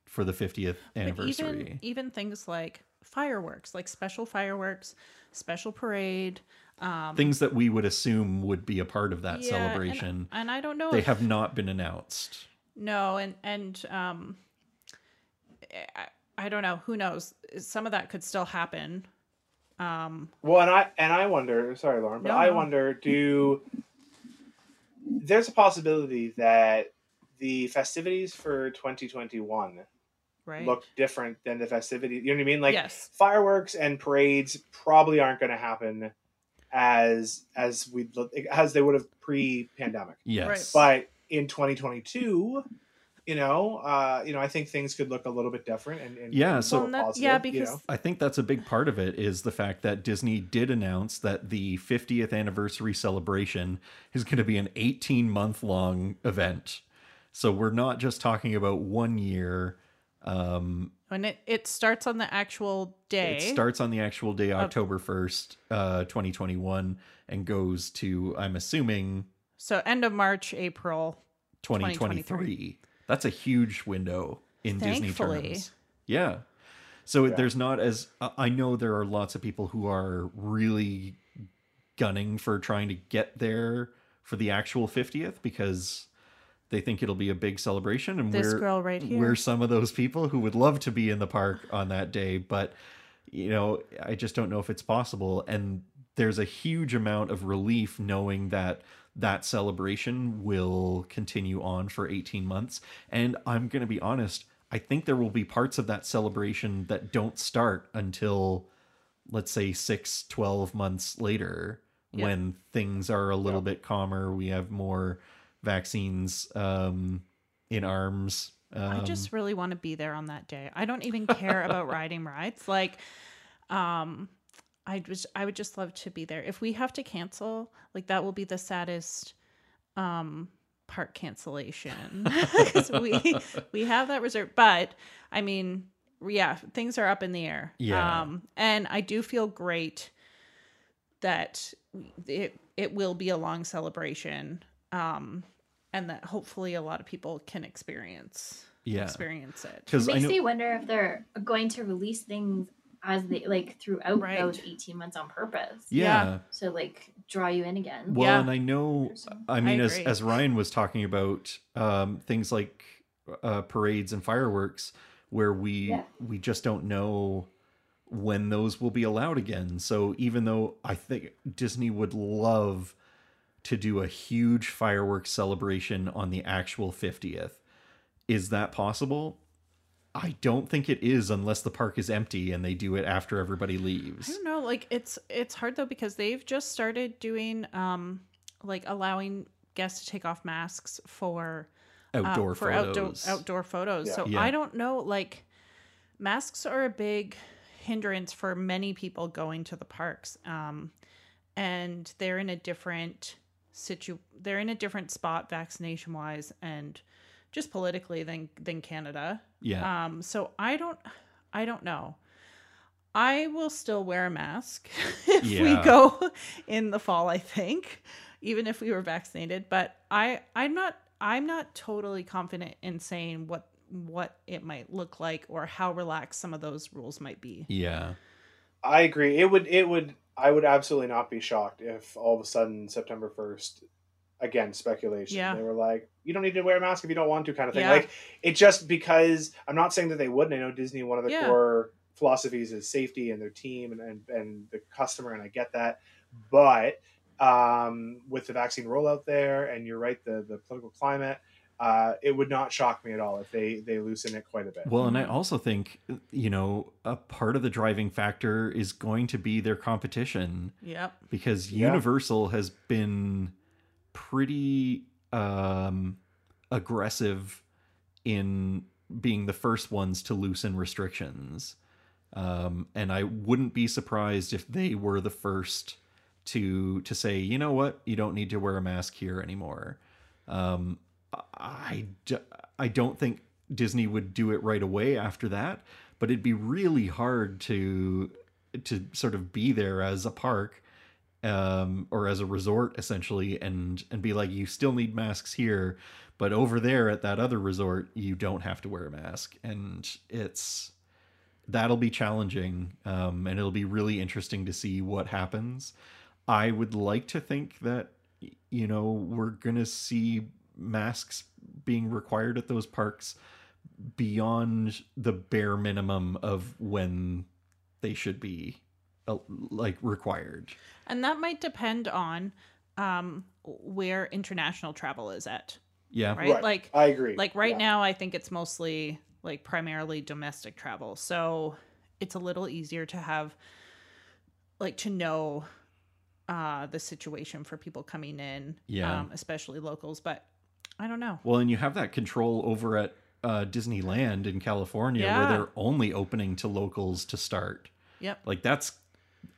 A: for the 50th
B: But
A: anniversary.
B: even, even things like fireworks, like special fireworks, special parade. Um,
A: Things that we would assume would be a part of that
B: Yeah, and-
A: celebration,
B: And, I don't know.
A: they
B: if,
A: have not been announced.
B: no, and and um, I, I don't know. Who knows? Some of that could still happen. Um,
D: Well, and I and I wonder. Sorry, Lauren, but
B: No,
D: I
B: no.
D: wonder. Do there's a possibility that the festivities for 2021
B: right?
D: look different than the festivities? You know what I mean? Like
B: yes,
D: fireworks and parades probably aren't going to happen as as we as they would have pre-pandemic.
A: Yes.
D: But in 2022, you know, uh, you know, I think things could look a little bit different. And, and
A: Yeah,
D: more
A: so-
B: Well, no-
D: positive,
B: yeah,
D: you
B: because
D: know?
A: I think that's a big part of it is the fact that Disney did announce that the 50th anniversary celebration is going to be an 18 month long event. So we're not just talking about one year. Um,
B: and it it starts on the actual day.
A: It starts on the actual day, October 1st, uh, 2021, and goes to, I'm assuming,
B: so end of March, April.
A: 2023.
B: 2023.
A: That's a huge window in Disney
B: Thankfully.
A: terms. Yeah. So
D: Yeah.
A: there's not as I I know there are lots of people who are really gunning for trying to get there for the actual 50th because they think it'll be a big celebration and
B: This
A: we're
B: girl right here.
A: we're some of those people who would love to be in the park on that day, but you know, I just don't know if it's possible. And there's a huge amount of relief knowing that that celebration will continue on for 18 months. And I'm going to be honest, I think there will be parts of that celebration that don't start until, let's say, six, 12 months later
B: Yeah.
A: when things are a little bit calmer. We have more vaccines um, in arms
B: I
A: Um,
B: just really want to be there on that day. I don't even care about riding rides. Like, um, I just I would just love to be there. If we have to cancel, like that will be the saddest um part cancellation 'Cause we we have that reserved. But I mean, yeah, things are up in the air.
A: Yeah.
B: Um, and I do feel great that it it will be a long celebration. Um, and that hopefully a lot of people can experience
A: yeah.
B: experience it.
A: Because I
C: makes
A: know
C: me wonder if they're going to release things as they like throughout
B: Right.
C: those 18 months on purpose
A: yeah.
B: Yeah.
C: so like draw you in again
A: Well,
B: Yeah.
A: and I know
C: Person.
A: I mean as
B: agree.
A: as Ryan was talking about um things like uh parades and fireworks where we
C: Yeah.
A: we just don't know when those will be allowed again. So even though I think Disney would love to do a huge fireworks celebration on the actual 50th, is that possible? I don't think it is unless the park is empty and they do it after everybody
B: I
A: leaves.
B: don't know, like it's it's hard though because they've just started doing um like allowing guests to take off masks for uh,
A: Outdoor
B: for
A: photos.
B: outdoor outdoor photos.
D: Yeah.
B: So
A: Yeah.
B: I don't know like masks are a big hindrance for many people going to the parks. Um and they're in a different situ they're in a different spot vaccination wise and just politically than than Canada.
A: yeah.
B: Um, so I don't, I don't know. I will still wear a mask if
A: Yeah.
B: we go in the fall. I think, even if we were vaccinated. But I, I'm not, I'm not totally confident in saying what what it might look like or how relaxed some of those rules might be.
A: yeah.
D: I agree. It would it would I would absolutely not be shocked if all of a sudden September first, again speculation.
B: Yeah.
D: They were like, you don't need to wear a mask if you don't want to, kind of thing.
B: Yeah.
D: Like it just because I'm not saying that they wouldn't. I know Disney. One of their
B: Yeah.
D: core philosophies is safety and their team and and, and the customer, and I get that. But um, with the vaccine rollout there, and you're right, the the political climate. Uh, it would not shock me at all if they they loosen it quite a bit.
A: Well, and I
B: Mhm.
A: also think, you know, a part of the driving factor is going to be their competition
B: Yep.
A: because
D: Yeah.
A: Universal has been pretty um, aggressive in being the first ones to loosen restrictions. Um, and I wouldn't be surprised if they were the first to to say, you know what, you don't need to wear a mask here anymore. Um, I, d- I don't think Disney would do it right away after that, but it'd be really hard to to sort of be there as a park um, or as a resort essentially and and be like you still need masks here but over there at that other resort you don't have to wear a mask and it's that'll be challenging um, and it'll be really interesting to see what happens i would like to think that y- you know we're gonna see masks being required at those parks beyond the bare minimum of when they should be uh, like required
B: And that might depend on um, where international travel is at,
A: yeah
B: right?
D: Right.
B: Like
D: I agree.
B: Like right
D: Yeah.
B: now, I think it's mostly like primarily domestic travel. So it's a little easier to have, like, to know uh, the situation for people coming in,
A: Yeah.
B: um, especially locals. But I don't know.
A: Well, and you have that control over at uh, Disneyland in California, where
B: Yeah.
A: they're only opening to locals to start.
B: Yep.
A: Like that's,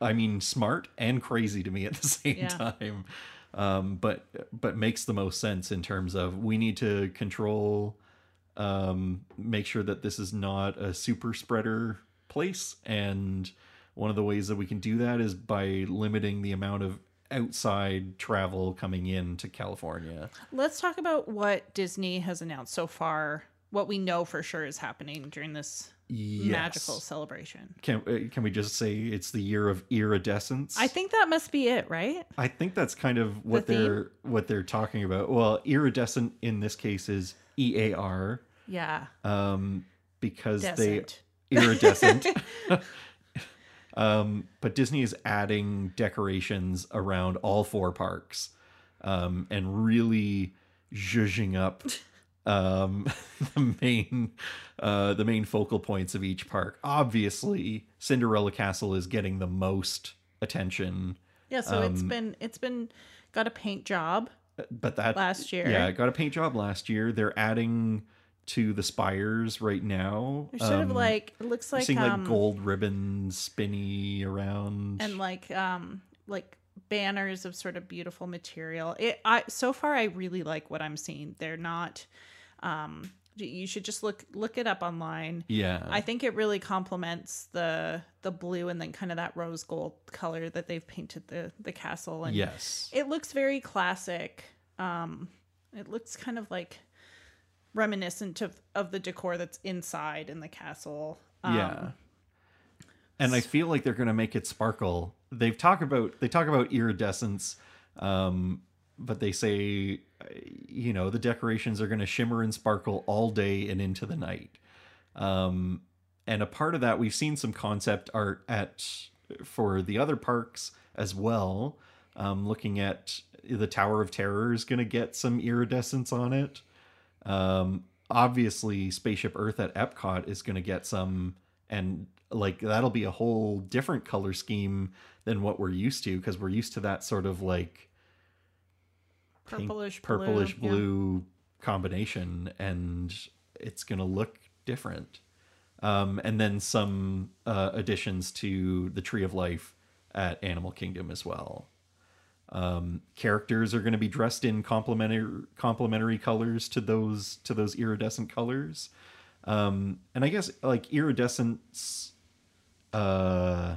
A: I mean, smart and crazy to me at the same
B: Yeah.
A: time. Um, but but makes the most sense in terms of we need to control, um, make sure that this is not a super spreader place, and one of the ways that we can do that is by limiting the amount of outside travel coming in to California.
B: Let's talk about what Disney has announced so far. What we know for sure is happening during this
A: Yes.
B: magical celebration.
A: Can uh, can we just say it's the year of iridescence?
B: I think that must be it, right?
A: I think that's kind of what
B: theme?
A: they're what they're talking about. Well, iridescent in this case is E A R,
B: Yeah.
A: um, because
B: Decent.
A: they iridescent. um, but Disney is adding decorations around all four parks, um, and really zhuzhing up um the main uh the main focal points of each park obviously cinderella castle is getting the most attention
B: Yeah. So it's
A: um,
B: been it's been got a paint job
A: but that
B: last year.
A: yeah it got a paint job last year they're adding to the spires right now.
B: They're sort
A: Um,
B: of like it looks
A: you're
B: like
A: seeing
B: um,
A: like gold ribbons spinny around.
B: and like um like banners of sort of beautiful material. It I so far I really like what I'm seeing. They're not um you should just look look it up online.
A: yeah,
B: I think it really complements the the blue and then kind of that rose gold color that they've painted the the castle and
A: yes,
B: it looks very classic. Um it looks kind of like reminiscent of of the decor that's inside in the castle. Um,
A: yeah. And I feel like they're gonna make it sparkle. They've talk about they talk about iridescence, um, but they say uh, you know the decorations are gonna shimmer and sparkle all day and into the night. Um, and a part of that, we've seen some concept art at for the other parks as well. Um, looking at the Tower of Terror is going to get some iridescence on it. Um, obviously, Spaceship Earth at Epcot is going to get some, and like that'll be a whole different color scheme than what we're used to because we're used to that sort of like pink,
B: Purplish blue,
A: purplish
B: yeah.
A: blue combination and it's going to look different um, and then some uh, additions to the tree of life at animal kingdom as well um, characters are going to be dressed in complementary complementary colors to those to those iridescent colors um, and i guess like iridescence uh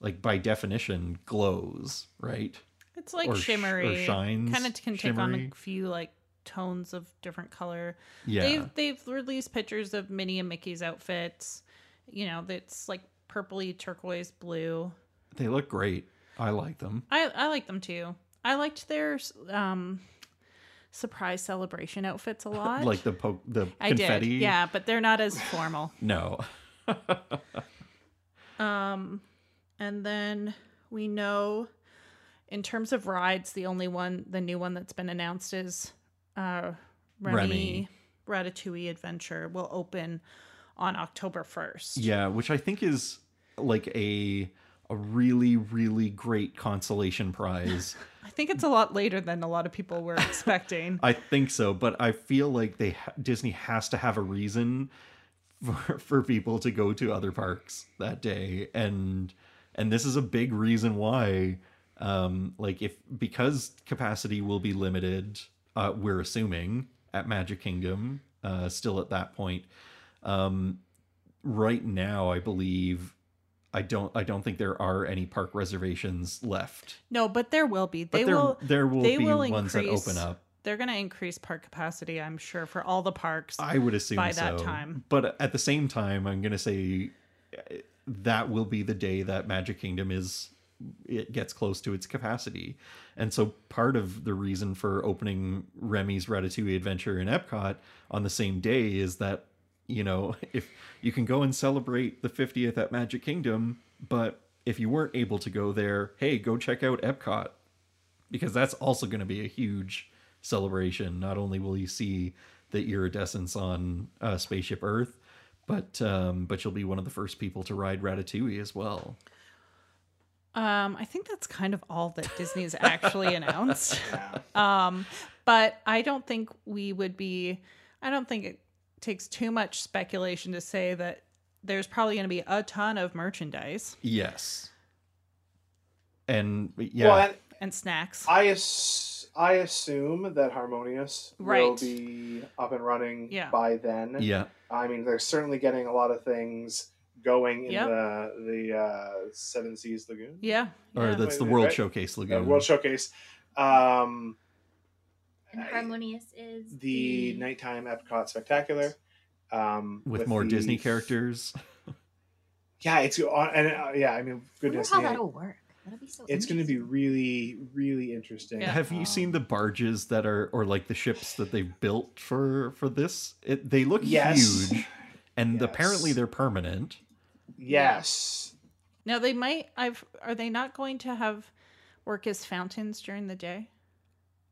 A: like by definition glows right
B: It's like
A: or sh- or
B: shimmery.
A: shines
B: Kind of can take on
A: shimmery.
B: a few like tones of different color.
A: yeah
B: They've they've released pictures of Minnie and Mickey's outfits. You know, that's like purpley, turquoise, blue.
A: They look great. I like them.
B: I I like them too. I liked their um surprise celebration outfits a lot.
A: Like the po- the
B: I
A: confetti.
B: did. Yeah, but they're not as formal.
A: No.
B: Um, and then we know, in terms of rides, the only one, the new one that's been announced is uh, Remy, Ratatouille Adventure will open on October first.
A: Yeah, which I think is like a a really really great consolation prize.
B: I think it's a lot later than a lot of people were expecting.
A: I think so, but I feel like they ha- Disney has to have a reason for for people to go to other parks that day and and this is a big reason why um like if because capacity will be limited uh we're assuming at Magic Kingdom uh still at that point um right now I believe I don't I don't think there are any park reservations left
B: no, but there will be.
A: but
B: They
A: there
B: will.
A: there will
B: they
A: be
B: will
A: ones that open
B: increase-
A: up
B: They're going to increase park capacity, I'm sure, for all the parks.
A: I would assume
B: by that
A: so.
B: time.
A: But at the same time, I'm gonna say eh, that will be the day that Magic Kingdom is it gets close to its capacity, and so part of the reason for opening Remy's Ratatouille Adventure in Epcot on the same day is that you know if you can go and celebrate the 50th at Magic Kingdom, but if you weren't able to go there, hey, go check out Epcot because that's also going to be a huge celebration. Not only will you see the iridescence on uh, Spaceship Earth, but um, but you'll be one of the first people to ride Ratatouille as well.
B: Um, I think that's kind of all that Disney's actually announced.
D: Yeah.
B: Um, but I don't think we would be, I don't think it takes too much speculation to say that there's probably going to be a ton of merchandise
A: Yes. And yeah,
D: Well, and
B: and snacks.
D: I ass- I assume that Harmonious will
B: Right.
D: be up and running
B: Yeah.
D: by then.
A: yeah,
D: I mean, they're certainly getting a lot of things going in
B: Yep.
D: the the uh, Seven Seas Lagoon,
B: yeah.
A: or
B: yeah.
A: that's the
D: Wait,
A: World
D: right?
A: Showcase
D: uh,
A: Lagoon.
D: World Showcase. Um,
C: And
D: I-
C: harmonious is
D: the nighttime Epcot Spectacular. Um,
A: with, more
D: the-
A: Disney characters.
D: Yeah, it's on, and uh, yeah, I mean,
C: I wonder
D: goodness,
C: how
D: me,
C: that'll work. That'll be so.
D: it's going to be
C: interesting.
D: really, really interesting.
B: Yeah.
A: Have you
D: Um,
A: seen the barges that are, or like the ships that they've built for for this? It, they look
D: Yes.
A: huge, and
D: Yes.
A: apparently they're permanent.
D: Yes.
B: Now they might, I've, are they not going to have work as fountains during the day?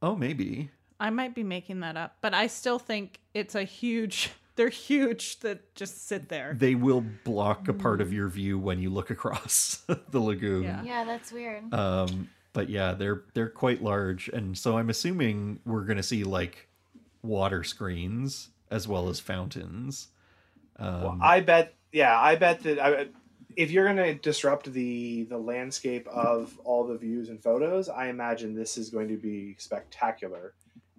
A: Oh, maybe.
B: I might be making that up, but I still think it's a huge, they're huge that just sit there.
A: they will block a part of your view when you look across the lagoon.
B: Yeah.
C: Yeah, that's weird.
A: Um, but yeah, they're they're quite large, and so I'm assuming we're gonna see like water screens as well as fountains. Um,
D: Well, I bet. Yeah, I bet that I, if you're going to disrupt the the landscape of all the views and photos, I imagine this is going to be spectacular,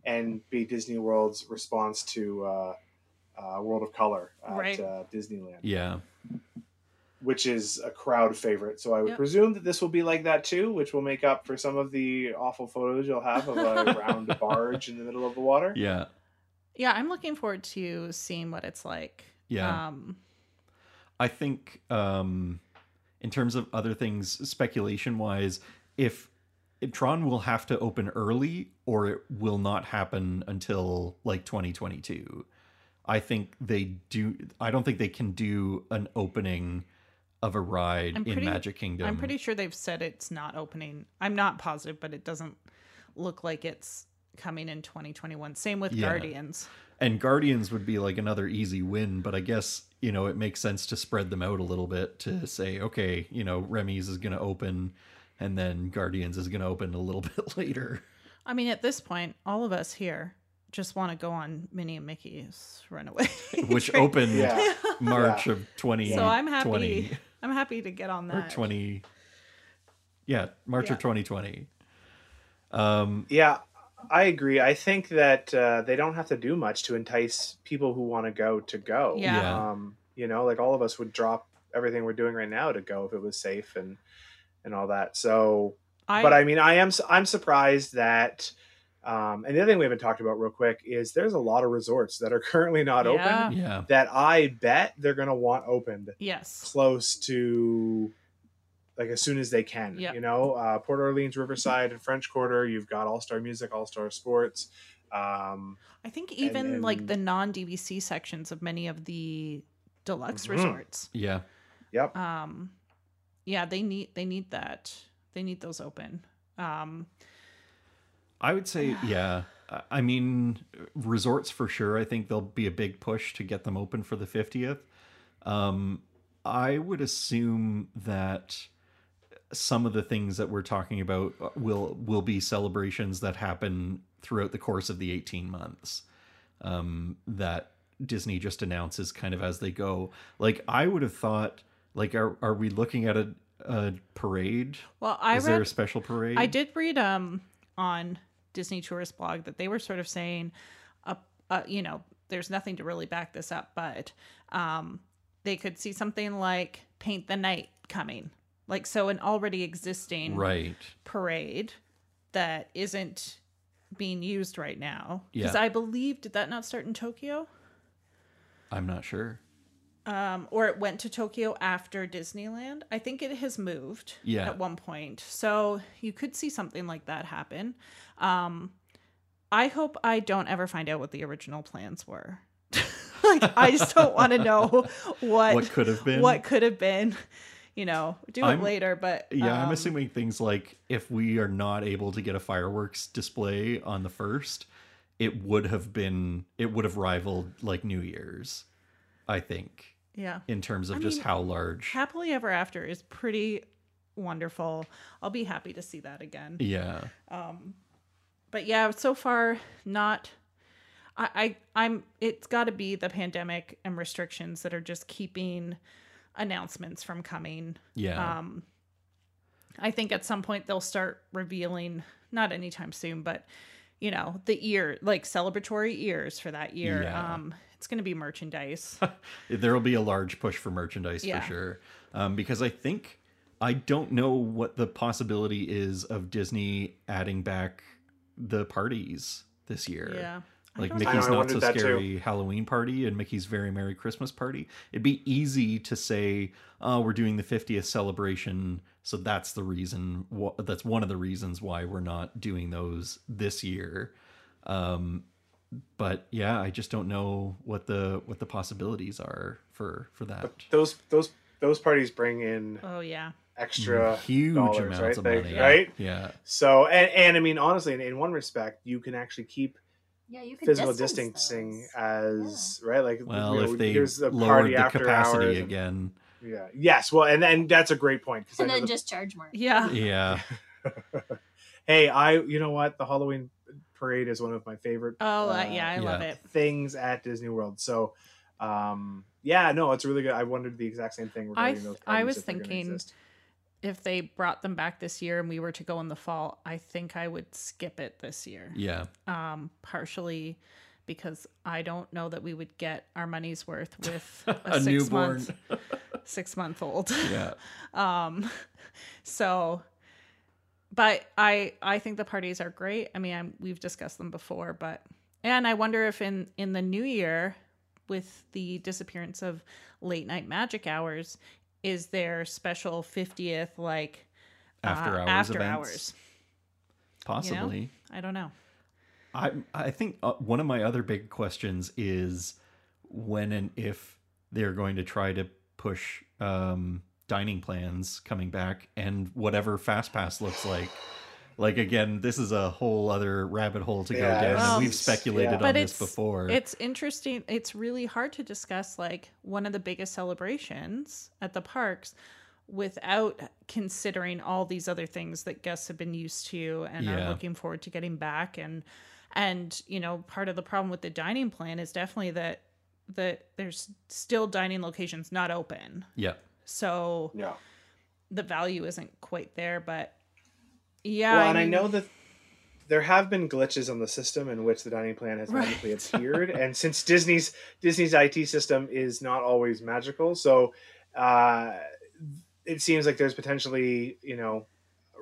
D: and be Disney World's response to uh, uh, World of Color at
B: Right.
D: uh, Disneyland,
A: yeah,
D: which is a crowd favorite. So I would
B: Yep.
D: presume that this will be like that too, which will make up for some of the awful photos you'll have of a round barge in the middle of the water.
A: yeah,
B: Yeah, I'm looking forward to seeing what it's like.
A: yeah.
B: Um,
A: I think um in terms of other things speculation wise, if Tron will have to open early or it will not happen until like 2022. I think they do I don't think they can do an opening of a ride
B: I'm
A: in
B: pretty-
A: Magic Kingdom.
B: I'm pretty sure they've said it's not opening. I'm not positive, but it doesn't look like it's coming in 2021. Same with
A: Yeah.
B: Guardians.
A: and Guardians would be like another easy win, but I guess, you know, it makes sense to spread them out a little bit to say, okay, you know, Remy's is going to open and then Guardians is going to open a little bit later.
B: I mean, at this point, all of us here just want to go on Minnie and Mickey's Runaway,
A: which
B: Train.
A: opened
D: Yeah.
A: March of 2020.
B: So I'm happy. I'm happy to get on
A: or
B: that.
A: 20. Yeah, March
B: Yeah.
A: of 2020. Um,
D: Yeah, I agree. I think that uh, they don't have to do much to entice people who want to go to go.
B: Yeah.
A: Yeah.
D: Um, you know, like all of us would drop everything we're doing right now to go if it was safe and and all that. So,
B: I,
D: but I mean, I am su- I'm surprised that. Um, and the other thing we haven't talked about real quick is there's a lot of resorts that are currently not
B: Yeah.
D: open
A: yeah,
D: that I bet they're going to want opened
B: yes,
D: close to like as soon as they can.
B: Yep.
D: You know, uh, Port Orleans, Riverside, and French Quarter. You've got All Star Music, All Star Sports. Um,
B: I think even
D: and-
B: like the non-DVC sections of many of the deluxe
D: Mhm.
B: resorts.
A: yeah.
D: yep.
B: Um, yeah, they need they need that. They need those open. Um,
A: I would say, yeah. I- I mean, resorts for sure. I think there'll be a big push to get them open for the 50th. Um, I would assume that some of the things that we're talking about uh, will will be celebrations that happen throughout the course of the 18 months um, that Disney just announces kind of as they go. Like I would have thought, like are are we looking at a, a parade?
B: well, I
A: Is
B: read
A: there a special parade?
B: I did read um on Disney Tourist blog that they were sort of saying, uh, uh, you know, there's nothing to really back this up, but um, they could see something like Paint the Night coming, like so an already existing
A: right.
B: parade that isn't being used right now. Because
A: Yeah.
B: I believe did that not start in Tokyo,
A: I'm not sure.
B: um, or it went to Tokyo after Disneyland. I think it has moved
A: Yeah.
B: at one point. So you could see something like that happen. Um, I hope I don't ever find out what the original plans were. like, I just don't want to know what
A: what could have been.
B: what could have been. You know, do
A: I'm-
B: it later. But
A: yeah, I'm
B: um,
A: assuming things like if we are not able to get a fireworks display on the first, it would have been it would have rivaled like New Year's, I think,
B: Yeah,
A: in terms of
B: I
A: just
B: mean,
A: how large.
B: happily ever after is pretty wonderful. I'll be happy to see that again.
A: yeah,
B: Um, but yeah, so far not. I, I I'm. It's got to be the pandemic and restrictions that are just keeping announcements from coming.
A: yeah,
B: Um, I think at some point they'll start revealing, not anytime soon, but you know the ear, like celebratory ears for that year.
A: Yeah.
B: Um, it's going to be merchandise.
A: there will be a large push for merchandise
B: Yeah.
A: for sure, um, because I think I don't know what the possibility is of Disney adding back the parties this year.
B: yeah. I
A: like
B: don't
D: know.
A: Mickey's
D: I know, I
A: not so
D: wondered that too.
A: scary Halloween party and Mickey's very merry Christmas party. It'd be easy to say, "Oh, we're doing the 50th celebration, so that's the reason. wh- that's one of the reasons why we're not doing those this year." Um, but yeah, I just don't know what the what the possibilities are for for that. Mm,
D: But those those those parties bring in
B: Oh yeah.
D: extra
A: Huge
D: dollars,
A: amounts
D: right?
A: of
D: They-
A: money,
D: right?
A: Yeah,
D: So and, and I mean honestly, in, in one respect, you can actually keep
C: Yeah, you can
D: physical
C: distance
D: distancing
C: those.
D: as right. Like
A: well,
D: you know,
A: if they
D: here's a
A: lowered
D: party
A: the
D: after
A: capacity
D: hours and-
A: again,
D: yeah. Yes. Well, and and that's a great point because
C: and then just charge more.
B: Yeah.
A: yeah,
D: hey, I you know what the Halloween Parade is one of my favorite
B: Oh, uh,
D: uh,
B: yeah, I love
A: yeah.
B: it.
D: things at Disney World. So, um, yeah, no, it's really good. I wondered the exact same thing.
B: I
D: regarding
B: th-
D: those
B: I
D: parties,
B: was
D: if they're gonna
B: thinking-
D: exist.
B: If they brought them back this year and we were to go in the fall, I think I would skip it this year.
A: Yeah.
B: Um, partially because I don't know that we would get our money's worth with a,
A: A
B: six
A: newborn.
B: month six month old.
A: Yeah.
B: um so but i i think the parties are great i mean I'm, we've discussed them before but and i wonder if in in the new year with the disappearance of late night magic hours is there special 50th like uh,
A: After hours
B: after
A: events.
B: hours
A: Possibly.
B: i don't know
A: I I think uh, one of my other big questions is when and if they're going to try to push um, dining plans coming back and whatever fast pass looks like. Like again, this is a whole other rabbit hole to
D: Yeah,
A: go down.
B: Well,
A: and we've speculated
D: yeah.
A: on
B: But
A: this
B: it's-
A: before.
B: It's interesting. It's really hard to discuss like one of the biggest celebrations at the parks without considering all these other things that guests have been used to and
A: Yeah.
B: are looking forward to getting back and and you know part of the problem with the dining plan is definitely that that there's still dining locations not open.
A: yeah.
B: So
D: yeah.
B: the value isn't quite there but yeah
D: well, and I
B: mean,
D: know that there have been glitches on the system in which the dining plan has
B: Right.
D: magically appeared, and since Disney's Disney's IT system is not always magical, so uh, it seems like there's potentially you know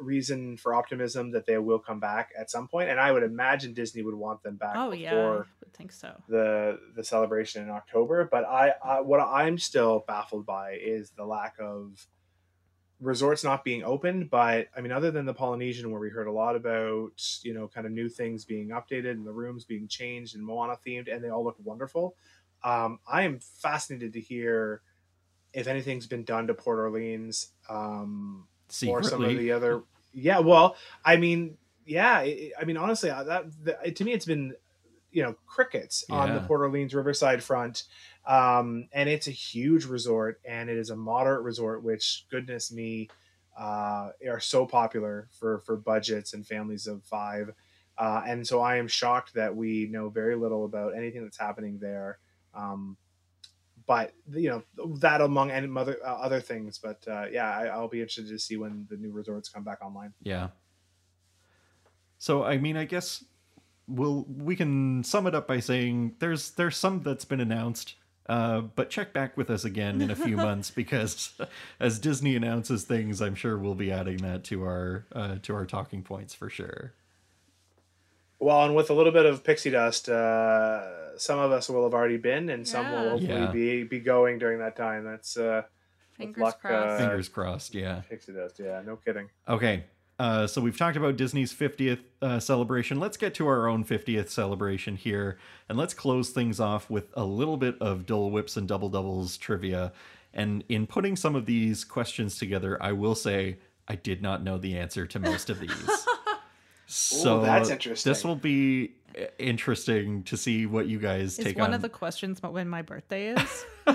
D: reason for optimism that they will come back at some point, and I would imagine Disney would want them back
B: Oh yeah. I
D: before
B: would think so.
D: the the celebration in October. But I, I what I'm still baffled by is the lack of resorts not being open. But I mean, other than the Polynesian, where we heard a lot about you know kind of new things being updated and the rooms being changed and Moana themed, and they all look wonderful. Um, I am fascinated to hear if anything's been done to Port Orleans. Um, or some of
A: Secretly.
D: the other. Yeah, well, I mean, yeah, i i- I mean, honestly, I- that, that to me, it's been you know crickets on the
A: Yeah.
D: Port Orleans Riverside front, um, and it's a huge resort, and it is a moderate resort, which goodness me, uh, are so popular for for budgets and families of five. Uh, and so I am shocked that we know very little about anything that's happening there. Um, but you know that among and other uh, other things. But uh, yeah, I, I'll be interested to see when the new resorts come back online.
A: Yeah. So I mean, I guess we'll we can sum it up by saying there's there's some that's been announced, uh, but check back with us again in a few months because as Disney announces things, I'm sure we'll be adding that to our uh, to our talking points for sure.
D: Well, and with a little bit of pixie dust, uh, some of us will have already been, and some will
B: Yeah.
D: hopefully
A: Yeah.
D: be be going during that time. That's uh, with
B: Fingers
D: luck, uh,
B: crossed.
A: Fingers crossed. Yeah.
D: pixie dust. Yeah, no kidding.
A: Okay. Uh, so we've talked about Disney's 50th uh, celebration. Let's get to our own 50th celebration here, and let's close things off with a little bit of Dole Whips and Double Doubles trivia. And in putting some of these questions together, I will say I did not know the answer to most of these. so
D: Ooh, that's interesting.
A: This will be uh, interesting to see what you guys
B: Is
A: take
B: one
A: on.
B: of the questions about when my birthday is?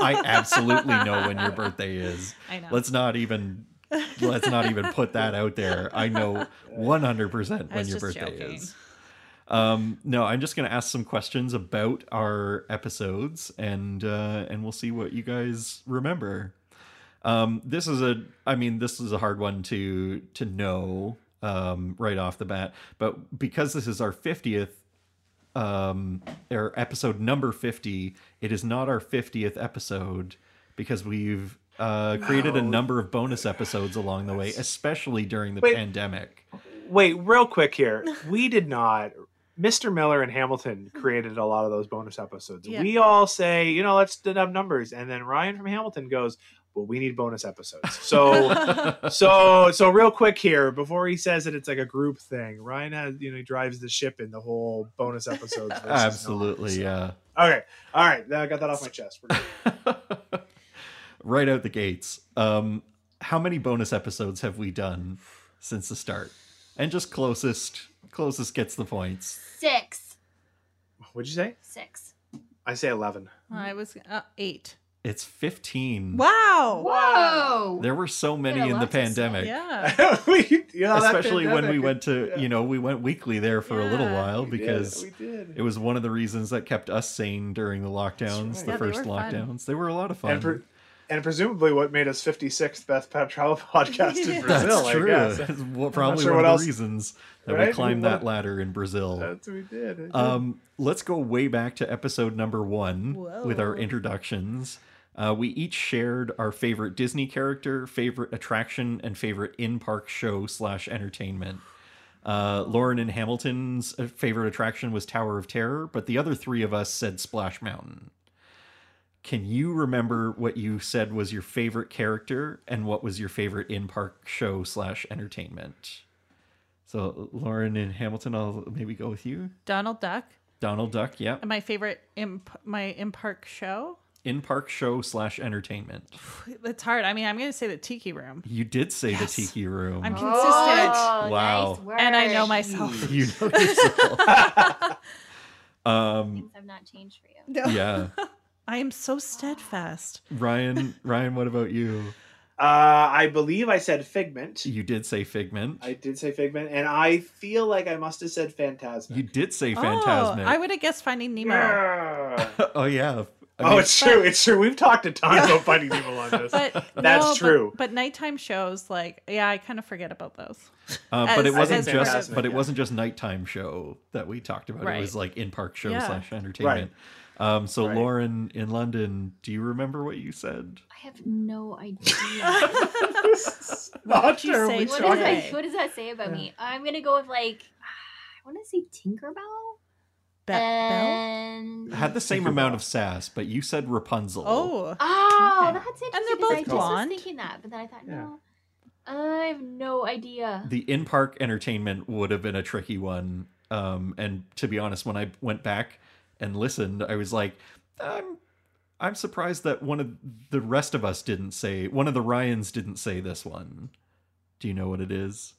A: I absolutely know when your birthday is.
B: I know.
A: Let's not even let's not even put that out there. I know 100%
B: I
A: when
B: was
A: your
B: just
A: birthday
B: joking.
A: is. Um no, I'm just going to ask some questions about our episodes and uh and we'll see what you guys remember. Um this is a I mean this is a hard one to to know um right off the bat, but because this is our 50th um or episode number 50 it is not our 50th episode because we've uh created a
D: No.
A: number of bonus episodes along the way especially during the
D: Wait.
A: pandemic
D: Wait, real quick here. We did not. Mr. Miller and Hamilton created a lot of those bonus episodes.
B: Yeah.
D: We all say, you know, let's up numbers, and then Ryan from Hamilton goes, "Well, we need bonus episodes." So, so, so, real quick here before he says that it's like a group thing. Ryan has, you know, he drives the ship in the whole bonus episodes. versus not.
A: absolutely yeah
D: Okay. All right. Now I got that off my chest. We're good.
A: right out the gates um how many bonus episodes have we done since the start and just closest closest gets the points
C: Six.
D: What'd you say?
C: Six.
D: I say eleven.
B: I was uh, eight.
A: It's 15.
B: Wow.
C: Whoa.
A: There were so many
C: Yeah,
A: in the
C: lots of stuff.
A: pandemic.
B: Yeah.
D: You know, that
A: Especially when we
D: pandemic-
A: went to,
D: yeah.
A: you know, we went weekly there for a little
B: Yeah.
A: while
D: We did,
A: because
D: we did.
A: it was one of the reasons that kept us sane during the lockdowns,
D: right.
A: the
D: Yeah, they
A: first
E: were fun.
A: lockdowns. They were a lot of fun.
D: And, pre- and presumably, what made us 56th best pet travel podcast in Brazil?
A: That's
D: I
A: true.
D: guess.
A: That's wa- probably
D: sure
A: one
D: what
A: of
D: else-
A: the reasons that we
D: Right?
A: climbed
D: What-
A: that ladder in Brazil.
D: That's what we did. I did.
A: Um, let's go way back to episode number one with our
B: Whoa.
A: introductions. Uh, we each shared our favorite Disney character, favorite attraction, and favorite in-park show slash entertainment. Uh, Lauren and Hamilton's uh, favorite attraction was Tower of Terror, but the other three of us said Splash Mountain. Can you remember what you said was your favorite character and what was your favorite in-park show slash entertainment? So Lauren and Hamilton, I'll maybe go with you.
B: Donald Duck.
A: Donald Duck, yeah.
B: And my favorite imp- my in park show.
A: In park show slash entertainment.
B: It's hard. I mean, I'm going to say the Tiki Room.
A: You did say
B: Yes.
A: the Tiki Room.
B: I'm-
E: Oh,
A: Wow.
E: Nice work.
B: And I know myself.
A: you know yourself. um,
C: Things have not changed for you.
B: No.
A: yeah,
B: I am so steadfast.
A: Ryan. Ryan, what about you?
D: Uh, I believe I said Figment.
A: You did say Figment.
D: I did say Figment, and I feel like I must have said Phantasm.
A: you did say
B: Oh,
A: Fantasmic.
B: I would have guessed Finding Nemo.
D: Yeah.
A: oh yeah. I
D: oh,
A: mean,
D: it's true. It's true. We've talked a ton about Finding Nemo on this.
B: But
D: That's
B: no, but-
D: true.
B: But, nighttime shows, like, yeah, I kind of forget about those.
A: uh, but
B: as-
A: it wasn't
D: as
A: just.
D: Fantasmic,
A: But it
D: yeah.
A: wasn't just nighttime show that we talked about. It
B: Right.
A: was like in park show
B: Yeah.
A: slash entertainment. Um, so
D: Right.
A: Lauren in London, do you remember what you said?
C: I have no idea.
B: I
D: It's not
B: did you say
D: terribly
C: what,
B: Sorry.
C: does
D: shocking.
C: that, what does that say about
D: Yeah.
C: me? I'm gonna go with like I want to say Tinkerbell.
D: Eh.
B: Bell?
C: and
A: had the same
D: Tinkerbell.
A: amount of sass, but you said Rapunzel.
B: Oh,
C: oh,
B: Okay.
C: that's interesting.
B: And they're
C: 'cause
B: both
C: I just
B: blonde.
C: was thinking that, but then I thought,
D: Yeah.
C: no, I have no idea.
A: The in park entertainment would have been a tricky one. Um, and to be honest, when I went back and listened, I was like, I'm I'm surprised that one of the rest of us didn't say one of the Ryans didn't say this one. Do you know what it is?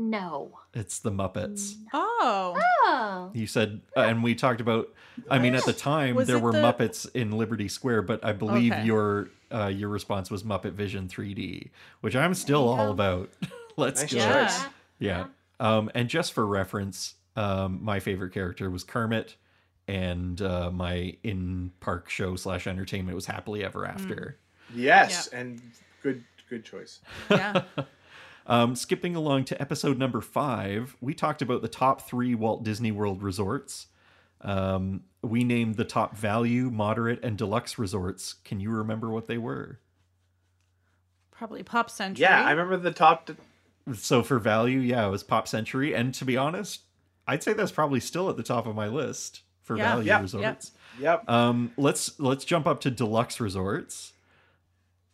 C: No.
A: It's the Muppets.
D: Ah.
B: oh,
C: Oh.
A: You said, uh, and we talked about. I mean, at the time
B: Was
A: there
B: it
A: were
B: the-
A: Muppets in Liberty Square, but I believe
B: Okay.
A: your uh, your response was Muppet Vision 3D, which I'm still all
C: go.
A: about. Let's
D: Nice
A: go.
B: Yeah.
D: choice.
A: Yeah. Um, and just for reference, um, my favorite character was Kermit, and uh, my in park show slash entertainment was Happily Ever After.
D: Yes, and good, good choice.
B: yeah.
A: Um, skipping along to episode number five, we talked about the top three Walt Disney World resorts. Um, we named the top value, moderate, and deluxe resorts. Can you remember what they were?
B: Probably Pop Century.
D: Yeah, I remember the top. t-
A: So for value, yeah, it was Pop Century, and to be honest, I'd say that's probably still at the top of my list for
B: Yeah.
A: value
D: Yeah. Yeah.
A: resorts.
D: yep.
A: Um, let's let's jump up to deluxe resorts.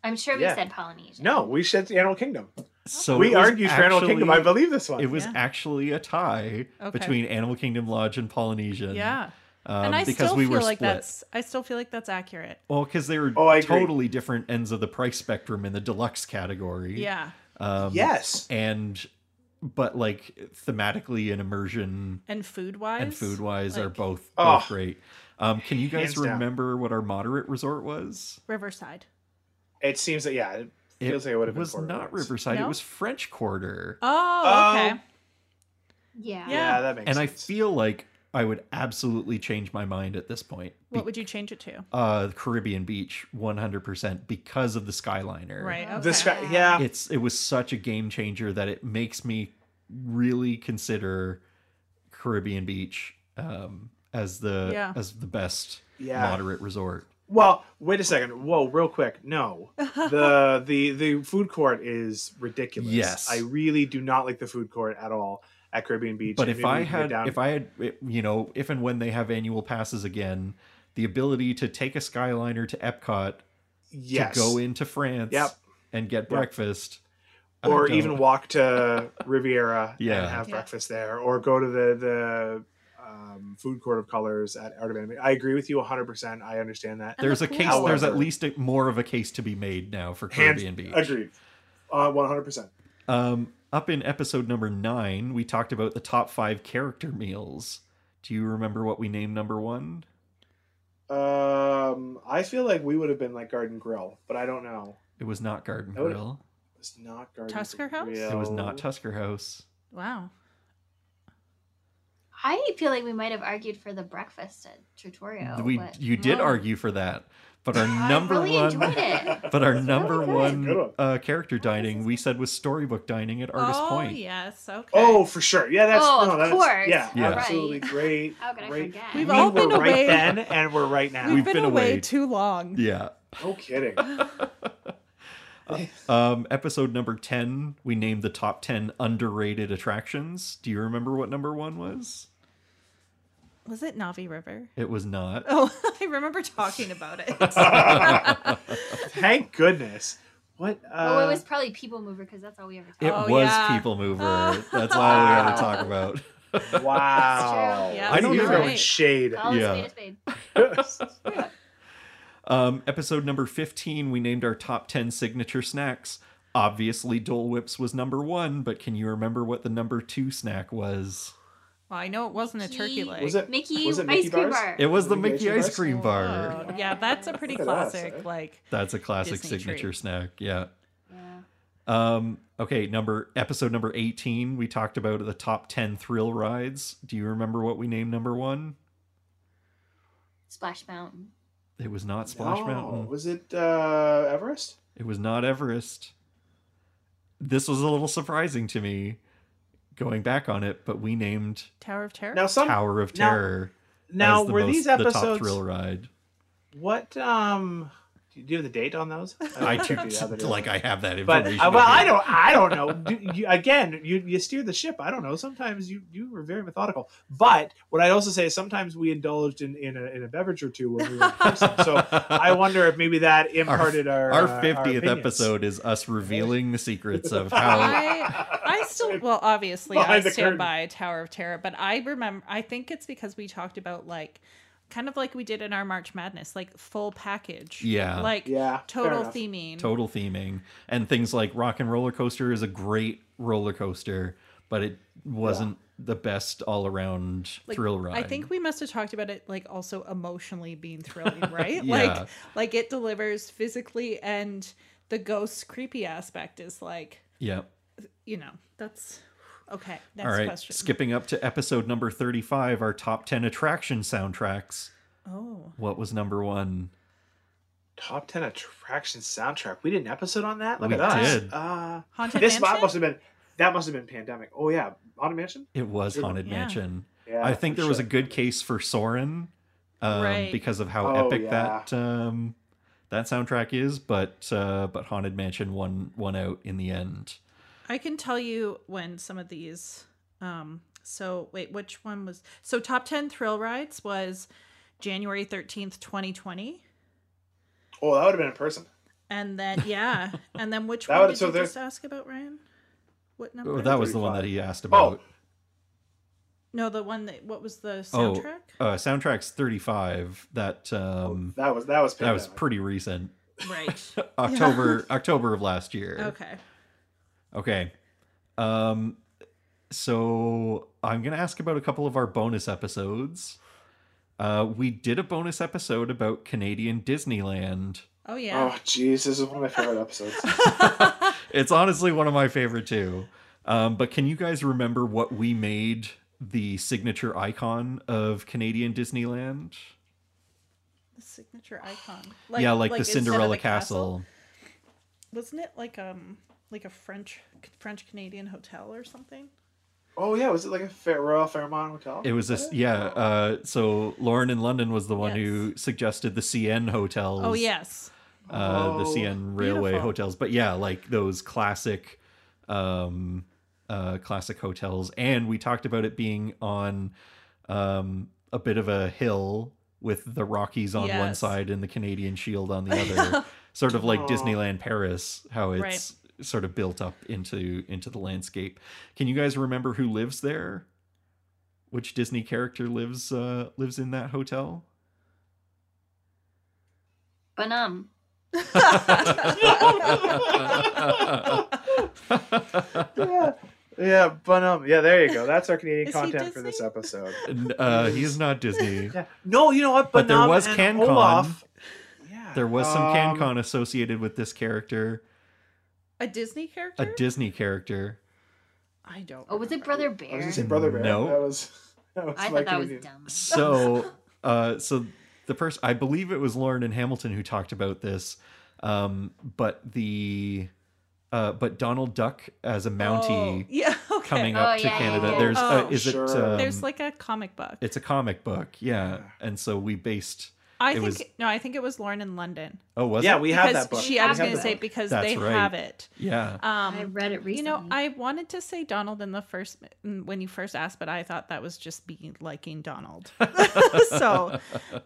C: I'm sure we
D: Yeah.
C: said Polynesian.
D: No, we said Animal Kingdom.
A: So
D: we
A: it was
D: argued for Animal Kingdom. I
A: actually-
D: believe this one.
A: It was
B: Yeah.
A: actually a tie
B: Okay.
A: between Animal Kingdom Lodge and Polynesian.
B: Yeah.
A: um,
B: and I
A: because
B: still
A: we
B: feel
A: were
B: like
A: split.
B: that's I still feel like that's accurate.
A: Well, because they were
D: Oh, I agree.
A: totally different ends of the price spectrum in the deluxe category.
B: Yeah.
A: Um,
D: yes.
A: And, but like thematically and immersion
B: And food wise.
A: and food wise are
B: like-
A: both,
D: Oh.
A: both great. Um, can you guys
D: Hands down.
A: remember what our moderate resort was?
B: Riverside.
D: It seems that yeah, it
A: It
D: feels like it would have been
A: was
D: Porter
A: not
D: Woods.
A: Riverside. It
B: No?
A: was French Quarter.
B: Oh,
D: Oh.
B: okay.
C: Yeah.
D: Yeah,
B: Yeah.
D: that makes
A: and I
D: sense.
A: feel like I would absolutely change my mind at this point. Be-
B: What would you change it to?
A: uh, Caribbean Beach, 100% because of the Skyliner.
B: Right.
C: The
B: Okay.
D: this guy, yeah,
A: it's it was such a game changer that it makes me really consider Caribbean Beach um, as the
B: Yeah.
A: as the best
D: yeah.
A: moderate resort.
D: Well, wait a second. Whoa, real quick. No, the the the food court is ridiculous.
A: Yes.
D: I really do not like the food court at all at Caribbean Beach.
A: But if
D: and maybe we
A: I
D: can get
A: had
D: down-
A: if I had it- you know if and when they have annual passes again, the ability to take a Skyliner to Epcot
D: yes,
A: to go into France
D: Yep.
A: and get breakfast, I
D: or
A: don't-
D: even walk to Riviera
A: Yeah.
D: and have
B: Yeah.
D: breakfast there, or go to the the um, food court of colors at Art of Anime. I agree with you 100. percent I understand that.
B: And
A: there's
B: the
A: a case.
D: pool.
A: there's at
D: However-
A: least a, more of a case to be made now for
D: Hands-
A: Caribbean Beach.
D: Agreed. Uh, 100. percent
A: Um, up in episode number nine, we talked about the top five character meals. Do you remember what we named number one?
D: Um, I feel like we would have been like Garden Grill, but I don't know.
A: It was not Garden
D: I would've-
A: Grill.
D: It was not Garden
B: Tusker House?
D: Grill.
A: It was not Tusker House.
B: Wow.
C: I feel like we might have argued for the breakfast at Tutorial.
A: we
C: but
A: you did
B: no.
A: argue for that, but our
C: I
A: number
C: really
A: one
C: enjoyed it.
A: But our
C: That's
A: number
C: really good.
D: Good one.
A: one uh, character dining, we said was storybook dining at Artist
B: oh
A: Point.
B: yes. Okay.
D: Oh, for sure. Yeah, that's
C: Oh,
D: no,
C: of
D: that's,
C: course.
D: Yeah,
A: Yeah.
D: absolutely
C: Right.
D: great.
C: How could I
D: great.
C: forget?
B: We've
D: we
B: all
D: were
B: been
D: right
B: away.
D: then, and we're right now.
B: We've
A: We've
B: been,
A: been
B: away
A: away.
B: too long.
A: Yeah.
D: No kidding.
A: Um, episode number 10, we named the top 10 underrated attractions. Do you remember what number one was?
B: Was it Navi River?
A: It was not.
B: Oh, I remember talking about it.
D: Thank goodness. What? Uh,
C: oh, it was probably People Mover because that's all we ever
A: It
C: talked
B: Oh,
A: was
B: yeah.
A: People Mover. That's all we got to talk about.
D: wow.
C: That's Oh, true. Yeah,
A: I don't
D: You're
A: know.
D: throwing shade.
C: about. All
A: Yeah.
C: is made is made.
A: Um, episode number 15, we named our top 10 signature snacks. Obviously, Dole Whips was number one, but can you remember what the number two snack was?
B: Well, I know it wasn't a turkey
C: Mickey-
B: leg.
D: Was it-
C: Mickey
D: was it Mickey
C: ice cream
D: bars?
C: bar?
A: It was the
D: Mickey
A: Mickey
D: ice
A: ice cream bar.
B: Oh, yeah, that's a pretty
D: Look at us,
B: classic.
D: eh?
B: Like,
A: That's a classic
B: Disney
A: signature
B: treat.
A: snack. Yeah.
C: Yeah.
A: Um, okay, number episode number 18, we talked about the top 10 thrill rides. Do you remember what we named number 1?
C: Splash Mountain.
A: It was not Splash
D: No.
A: Mountain.
D: Oh, Was it uh, Everest?
A: It was not Everest. This was a little surprising to me going back on it, but we named
B: Tower of Terror.
D: Now some.
A: Tower of
D: now-
A: Terror
D: now
A: as the
D: were
A: most-
D: these
A: the top
D: episodes?
A: thrill ride.
D: What? Um, do you do you have the date on those?
A: I
D: don't
A: too,
D: do that, but-
A: like I have that
D: But
A: information.
D: uh, well,
A: over
D: I
A: here.
D: don't. I don't know. Do, you, again, you you steer the ship. I don't know. Sometimes you you were very methodical. But what I'd also say is sometimes we indulged in in a, in a beverage or two when we were in person. So I wonder if maybe that imparted our uh,
A: Our 50th
D: opinions.
A: episode is us revealing the secrets of how
B: I, I still, well, obviously, I
D: Behind the
B: stand
D: curtain.
B: by Tower of Terror, but I remember, I think it's because we talked about, like, kind of like we did in our March Madness, like, full package.
A: Yeah.
B: Like,
D: Yeah, fair
B: total
D: enough.
B: theming.
A: total theming and things like rock and roller coaster is a great roller coaster but it wasn't the best all around
B: Like,
A: thrill ride
B: I think we must have talked about it like also emotionally being thrilling, right?
A: Yeah.
B: Like like it delivers physically and the ghost creepy aspect is like,
A: yeah
B: you know, that's okay. Next
A: all right
B: question.
A: skipping up to episode number 35 our top 10 attraction soundtracks
B: Oh.
A: what was number one
D: Top ten attraction soundtrack. We did an episode on that. Look
A: We
D: at us.
A: did.
D: Uh,
B: Haunted
D: this
B: Mansion?
D: spot must have been that must have been pandemic. Oh yeah, haunted mansion.
A: it was haunted
B: Yeah.
A: mansion
D: Yeah,
A: i think
D: for
A: there was a
D: sure.
A: good case for soren um,
B: Right.
A: because of how
D: Oh,
A: epic
D: yeah.
A: that um, that soundtrack is but uh, but haunted mansion won won out in the end
B: I can tell you when some of these um so wait, which one was so top 10 thrill rides was January 13th, 2020.
D: Oh, that would have been in person.
B: And then yeah, and then which
D: That
B: one
D: would-
B: did
D: so
B: you
D: there-
B: just ask about Ryan? What number?
A: Oh, that was the one
D: 35.
A: that he asked about
B: No, the one that what was the soundtrack?
A: Oh, uh, soundtrack's 35. That um
D: That was that was
A: that was
D: pandemic.
A: pretty recent.
B: Right.
A: October October of last year.
B: okay.
A: Okay. Um so I'm going to ask about a couple of our bonus episodes. Uh we did a bonus episode about Canadian Disneyland.
B: Oh yeah.
D: Oh jeez, this is one of my favorite episodes. Oh.
A: It's honestly one of my favorite too. Um but can you guys remember what we made the signature icon of Canadian Disneyland?
B: The signature icon.
A: yeah, like, the
B: instead of
A: Cinderella
B: a
A: castle.
B: Wasn't it like um like a French French Canadian hotel or something?
D: Oh yeah, was it like a Fair, Royal Fairmont Hotel?
A: It was this, yeah. Uh, so Lauren in London was the one who suggested the CN hotels.
B: Oh yes.
A: uh, the
D: Oh,
A: CN railway
B: beautiful.
A: hotels. But yeah, like those classic, um, uh, classic hotels. And we talked about it being on um, a bit of a hill with the Rockies on one
B: Yes.
A: side and the Canadian Shield on the other, sort of like
D: Aw.
A: Disneyland Paris, how
B: Right.
A: it's sort of built up into into the landscape. Can you guys remember who lives there? Which Disney character lives uh, lives in that hotel?
C: Bonum.
D: yeah, Yeah, Bonham. Yeah, there you go. That's our Canadian
B: Is he
D: content for
B: Disney?
D: this episode.
A: And, uh, he is not Disney.
D: Yeah. No, you know what?
A: But there
D: Bonham
A: was
D: and
A: CanCon.
D: Olaf- Yeah.
A: There was some
D: Um,
A: CanCon associated with this character,
B: A Disney character?
A: a Disney character.
B: I don't.
C: Oh, was it
B: remember.
C: Brother
D: I was
C: Bear?
D: gonna say Brother Bear.
A: No.
D: That was. That was
C: I
D: my
C: thought that was
D: Canadian-
C: dumb.
A: So, uh, so the person I believe it was Lauren and Hamilton who talked about this, um, but the uh, but Donald Duck as a Mountie
B: Oh, yeah. Okay.
A: coming
C: Oh,
A: up to
C: yeah, yeah,
A: Canada.
C: yeah.
A: There's uh,
B: Oh,
A: is it
D: Sure.
A: um,
B: There's like a comic book.
A: it's a comic book, yeah, and so we based.
B: I
A: it
B: think
A: was-
B: no, I think it was Lauren in London.
A: Oh, was
D: Yeah,
A: it?
D: we have
B: Because
D: that book.
B: She, I
D: We
B: was
D: have
B: going to
D: that
B: say
D: book.
B: because
A: That's
B: they
A: right.
B: have it.
A: yeah.
B: Um,
C: I read it recently.
B: You know, I wanted to say Donald in the first when you first asked, but I thought that was just being liking Donald. so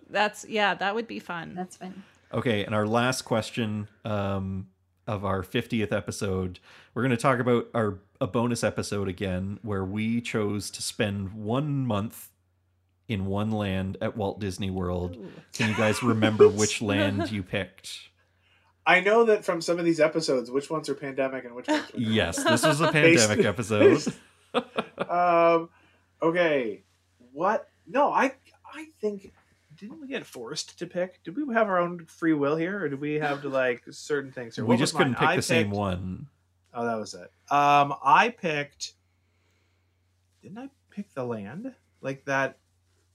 B: that's yeah, that would be fun.
C: That's fine.
A: Okay, and our last question um, of our 50th episode, we're going to talk about our a bonus episode again where we chose to spend 1 month in one land at Walt Disney World.
B: Ooh.
A: Can you guys remember which land you picked?
D: I know that from some of these episodes, which ones are pandemic and which ones. Are
A: Yes, this was a
D: Based-
A: pandemic episode.
D: um, okay. What? No, I I think didn't we get forced to pick? Did we have our own free will here, or did we have to like certain things? Or
A: we
D: what
A: just
D: was mine?
A: couldn't pick
D: I
A: the same
D: picked-
A: one.
D: Oh, that was it. Um, I picked. Didn't I pick the land like that?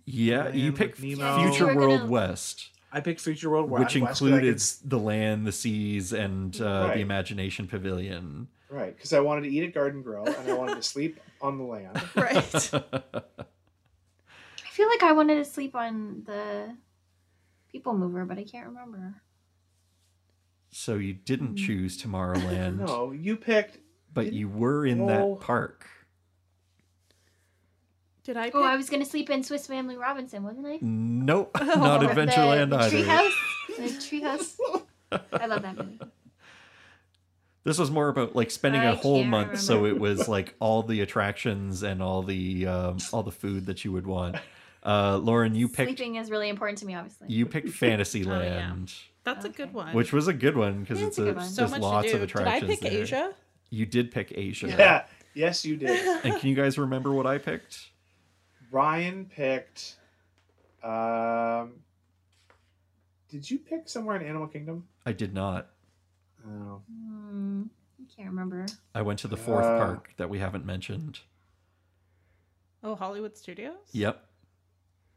A: Yeah, you
D: Land with
A: picked
D: Nemo.
A: Future
C: We're gonna-
A: World West,
D: I picked Future World, Wa-
A: which
D: West, 'cause I could
A: included the land, the seas, and uh,
D: Right.
A: the Imagination Pavilion.
D: Right, because I wanted to eat at Garden Grill and I wanted to sleep on the land.
B: Right.
C: I feel like I wanted to sleep on the people mover, but I can't remember.
A: So you didn't
C: Mm.
A: choose Tomorrowland,
D: Hmm. No, you picked.
A: but you were in
D: Oh.
A: that park.
B: Did I pick?
C: Oh, I was gonna sleep in Swiss Family Robinson, wasn't I?
A: Nope,
B: Oh.
A: not
C: Or the
A: Adventureland either.
C: Treehouse, the treehouse. I love that movie.
A: This was more about like spending
C: I
A: a whole
C: can't
A: month, so it was like all the attractions and all the um, all the food that you would want. Uh, Lauren, you picked
C: Sleeping is really important to me, obviously.
A: you
D: Oh,
A: picked Fantasyland,
B: That's a good
C: Okay.
B: one.
A: which was a good one because
C: Yeah,
A: it's
C: it's a
A: a,
C: good one.
A: there's
C: So
B: so much
A: lots
B: to do.
A: of attractions.
B: Did I pick
A: there.
B: Asia?
A: You did pick Asia.
D: Yeah. Yes, you did.
A: And can you guys remember what I picked?
D: Ryan picked. Um, did you pick somewhere in Animal Kingdom?
A: I did not.
D: Oh.
C: Hmm, I can't remember.
A: I went to the fourth
D: Uh.
A: park that we haven't mentioned.
B: Oh, Hollywood Studios.
A: Yep,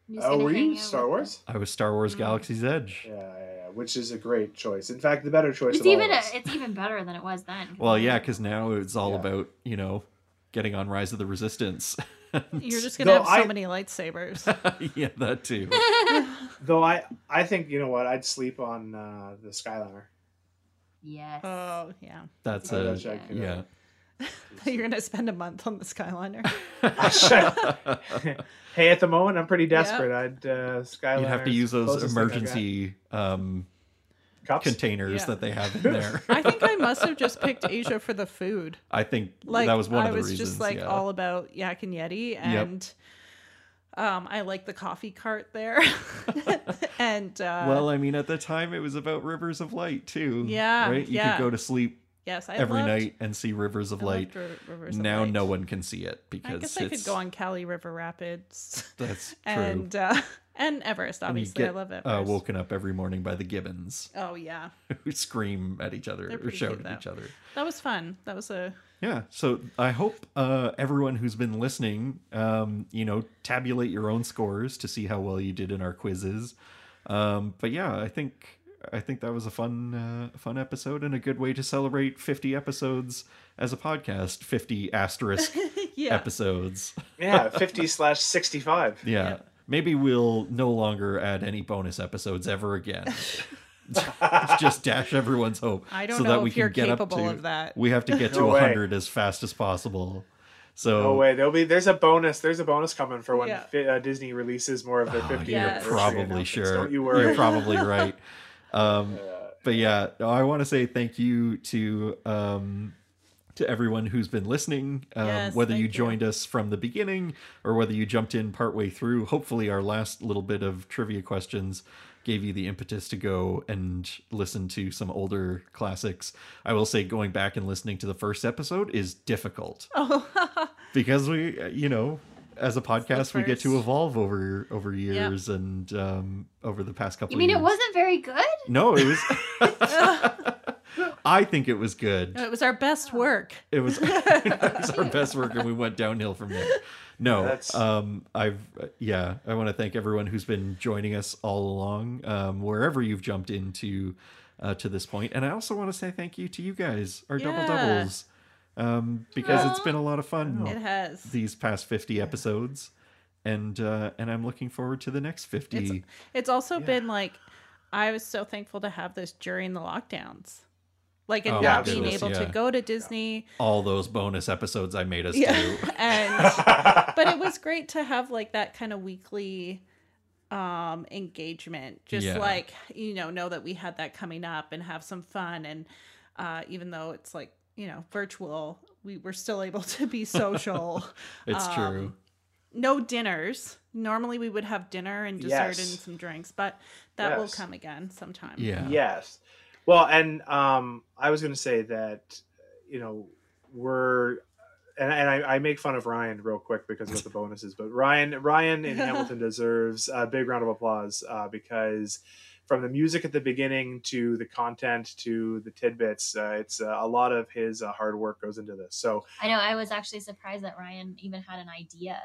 C: I'm just
D: Oh,
C: gonna
D: were
C: hang
D: you
C: out
D: Star
C: with
D: Wars?
A: I was Star Wars
C: Mm.
A: Galaxy's Edge.
D: Yeah, yeah, yeah, which is a great choice. In fact, the better
C: them.
D: choice.
C: It's
D: of all
C: even
D: of
C: a,
D: us.
C: it's even better than it was then.
A: Well, yeah, because now it's all
D: Yeah.
A: about you know getting on Rise of the Resistance.
B: You're just gonna
D: No,
B: have so
D: I-
B: many lightsabers.
A: yeah, that too.
D: Though I, I think you know what? I'd sleep on uh, the Skyliner.
C: yes.
B: oh yeah.
A: That's
D: I
A: a
D: wish I could. uh,
A: yeah.
B: You're gonna spend a month on the Skyliner.
D: hey, at the moment, I'm pretty desperate. I'd uh, Skyliner.
A: You'd have to use those emergency um,
D: cups.
A: containers
B: Yeah.
A: that they have in there.
B: I think I must have just picked Asia for the food.
A: I think
B: Like
A: that was one
B: I
A: of the
B: was
A: reasons.
B: just like
A: yeah.
B: all about Yak and Yeti, and um, I like the coffee cart there, and uh,
A: well, I mean, at the time, it was about Rivers of Light too.
B: Yeah,
A: right. You
B: yeah.
A: could go to sleep
B: yes, I
A: every
B: loved-
A: night and see Rivers of
B: I
A: Light.
B: loved Ri- Rivers of
A: now
B: Light.
A: no one can see it because
B: I guess I
A: it's,
B: could go on Cali River Rapids
A: That's true.
B: and uh, and Everest.
A: And you
B: Obviously, I
A: get,
B: love Everest.
A: uh, woken up every morning by the gibbons
B: oh yeah,
A: who scream at each other
B: They're
A: or
B: pretty
A: shout
B: cute,
A: at each
B: though.
A: other.
B: that was fun. That was a
A: Yeah. So I hope uh, everyone who's been listening, um, you know, tabulate your own scores to see how well you did in our quizzes. Um, but yeah, I think I think that was a fun uh, fun episode and a good way to celebrate 50 episodes as a podcast. 50 asterisk
B: yeah.
A: episodes.
D: Yeah, fifty slash sixty-five.
A: Yeah.
B: Yeah.
A: Maybe we'll no longer add any bonus episodes ever again. Let's just dash everyone's hope.
B: I don't
A: so
B: know
A: that we
B: if you're
A: can get
B: capable
A: up to,
B: of that.
A: We have to get to
D: No way.
A: 100 as fast as possible. So
D: No way. There'll be there's a bonus. There's a bonus coming for when
B: Yeah.
D: fi- uh, Disney releases more of their
A: Oh,
D: 50
A: you're
B: Yes.
A: probably sure.
D: Don't you worry.
A: You're probably right. Um,
D: Uh,
A: but yeah, no, I want to say thank you to um, to everyone who's been listening. Um,
B: Yes,
A: whether
B: thank
A: you
B: you.
A: joined us from the beginning or whether you jumped in partway through, hopefully, our last little bit of trivia questions gave you the impetus to go and listen to some older classics. I will say, going back and listening to the first episode is difficult
B: Oh,
A: because we uh, you know as a podcast we get to
B: first.
A: evolve over over years and um over the past couple
C: You mean
A: years.
C: it wasn't very good?
A: no it was i think it was good
C: Oh.
B: it was our best work.
A: it was, it was our best work and we went downhill from there no
D: That's-
A: um i've uh, yeah i want to thank everyone who's been joining us all along um wherever you've jumped into uh, to this point and i also want to say thank you to you guys our double
B: Yeah.
A: doubles um because it's
C: Aw.
A: been a lot of fun
B: It has.
A: these past 50 episodes and uh and i'm looking forward to the next 50
B: It's also
D: Yeah.
B: been like I was so thankful to have this during the lockdowns. Like and
A: Oh,
B: not
D: my
B: being
D: goodness,
B: able
A: yeah.
B: to go to Disney.
A: all those bonus episodes i made us
B: Yeah.
A: do
B: and but it was great to have like that kind of weekly um engagement. Just
A: Yeah.
B: like, you know, know that we had that coming up and have some fun and uh even though it's like, you know, virtual, we were still able to be social.
A: it's
B: Um,
A: true
B: no dinners. Normally we would have dinner and dessert
D: Yes.
B: and some drinks, but that will
D: Yes.
B: come again sometime.
A: yeah
D: Yes. Well, and um, I was going to say that, you know, we're, and, and I, I make fun of Ryan real quick because of the bonuses, but Ryan, Ryan in Hamilton deserves a big round of applause uh, because from the music at the beginning to the content to the tidbits, uh, it's uh, a lot of his uh, hard work goes into this. So
C: I know. I was actually surprised that Ryan even had an idea.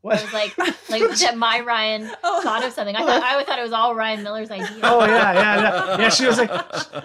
D: what?
C: I was like, like that my Ryan
B: Oh.
C: thought of something. I thought I thought it was all Ryan Miller's idea.
D: oh yeah, yeah, yeah. Yeah, she was like,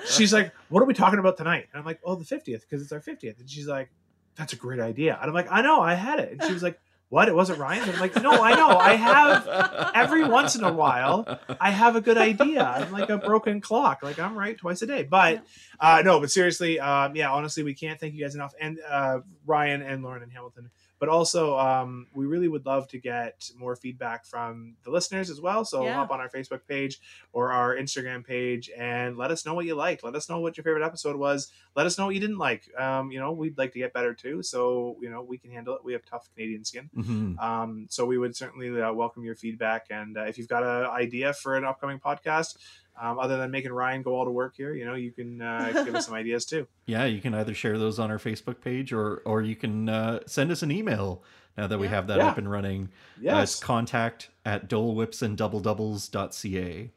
D: she's like, what are we talking about tonight? And I'm like, oh, the 50th, because it's our 50th. And she's like, that's a great idea. And I'm like, I know, I had it. And she was like, what? It wasn't Ryan? And I'm like, no, I know. oh, I have, every once in a while, I have a good idea. I'm like a broken clock. Like I'm right twice a day. But uh, no, but seriously, um, yeah, honestly, we can't thank you guys enough. And uh, Ryan and Lauren and Hamilton. But also, um, we really would love to get more feedback from the listeners as well. So
B: Yeah.
D: hop on our Facebook page or our Instagram page and let us know what you liked. Let us know what your favorite episode was. Let us know what you didn't like. Um, you know, we'd like to get better too. So, you know, we can handle it. We have tough Canadian skin.
A: Mhm.
D: Um, so we would certainly uh, welcome your feedback. And uh, if you've got an idea for an upcoming podcast, um, other than making Ryan go all to work here, you know, you can uh, give us some ideas too.
A: yeah you can either share those on our facebook page or or you can uh, send us an email now that we
B: Yeah.
A: have that
D: Yeah.
A: up and running Uh, it's
D: Yes.
A: contact at dolewhipsanddouble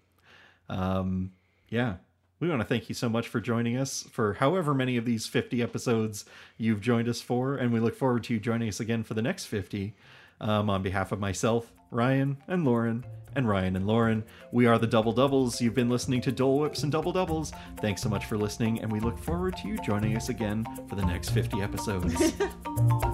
A: Um, yeah. We want to thank you so much for joining us for however many of these 50 episodes you've joined us for. And we look forward to you joining us again for the next 50. Um, on behalf of myself, Ryan, and Lauren, and Ryan and Lauren, we are the Double Doubles. You've been listening to Dole Whips and Double Doubles. Thanks so much for listening. And we look forward to you joining us again for the next 50 episodes.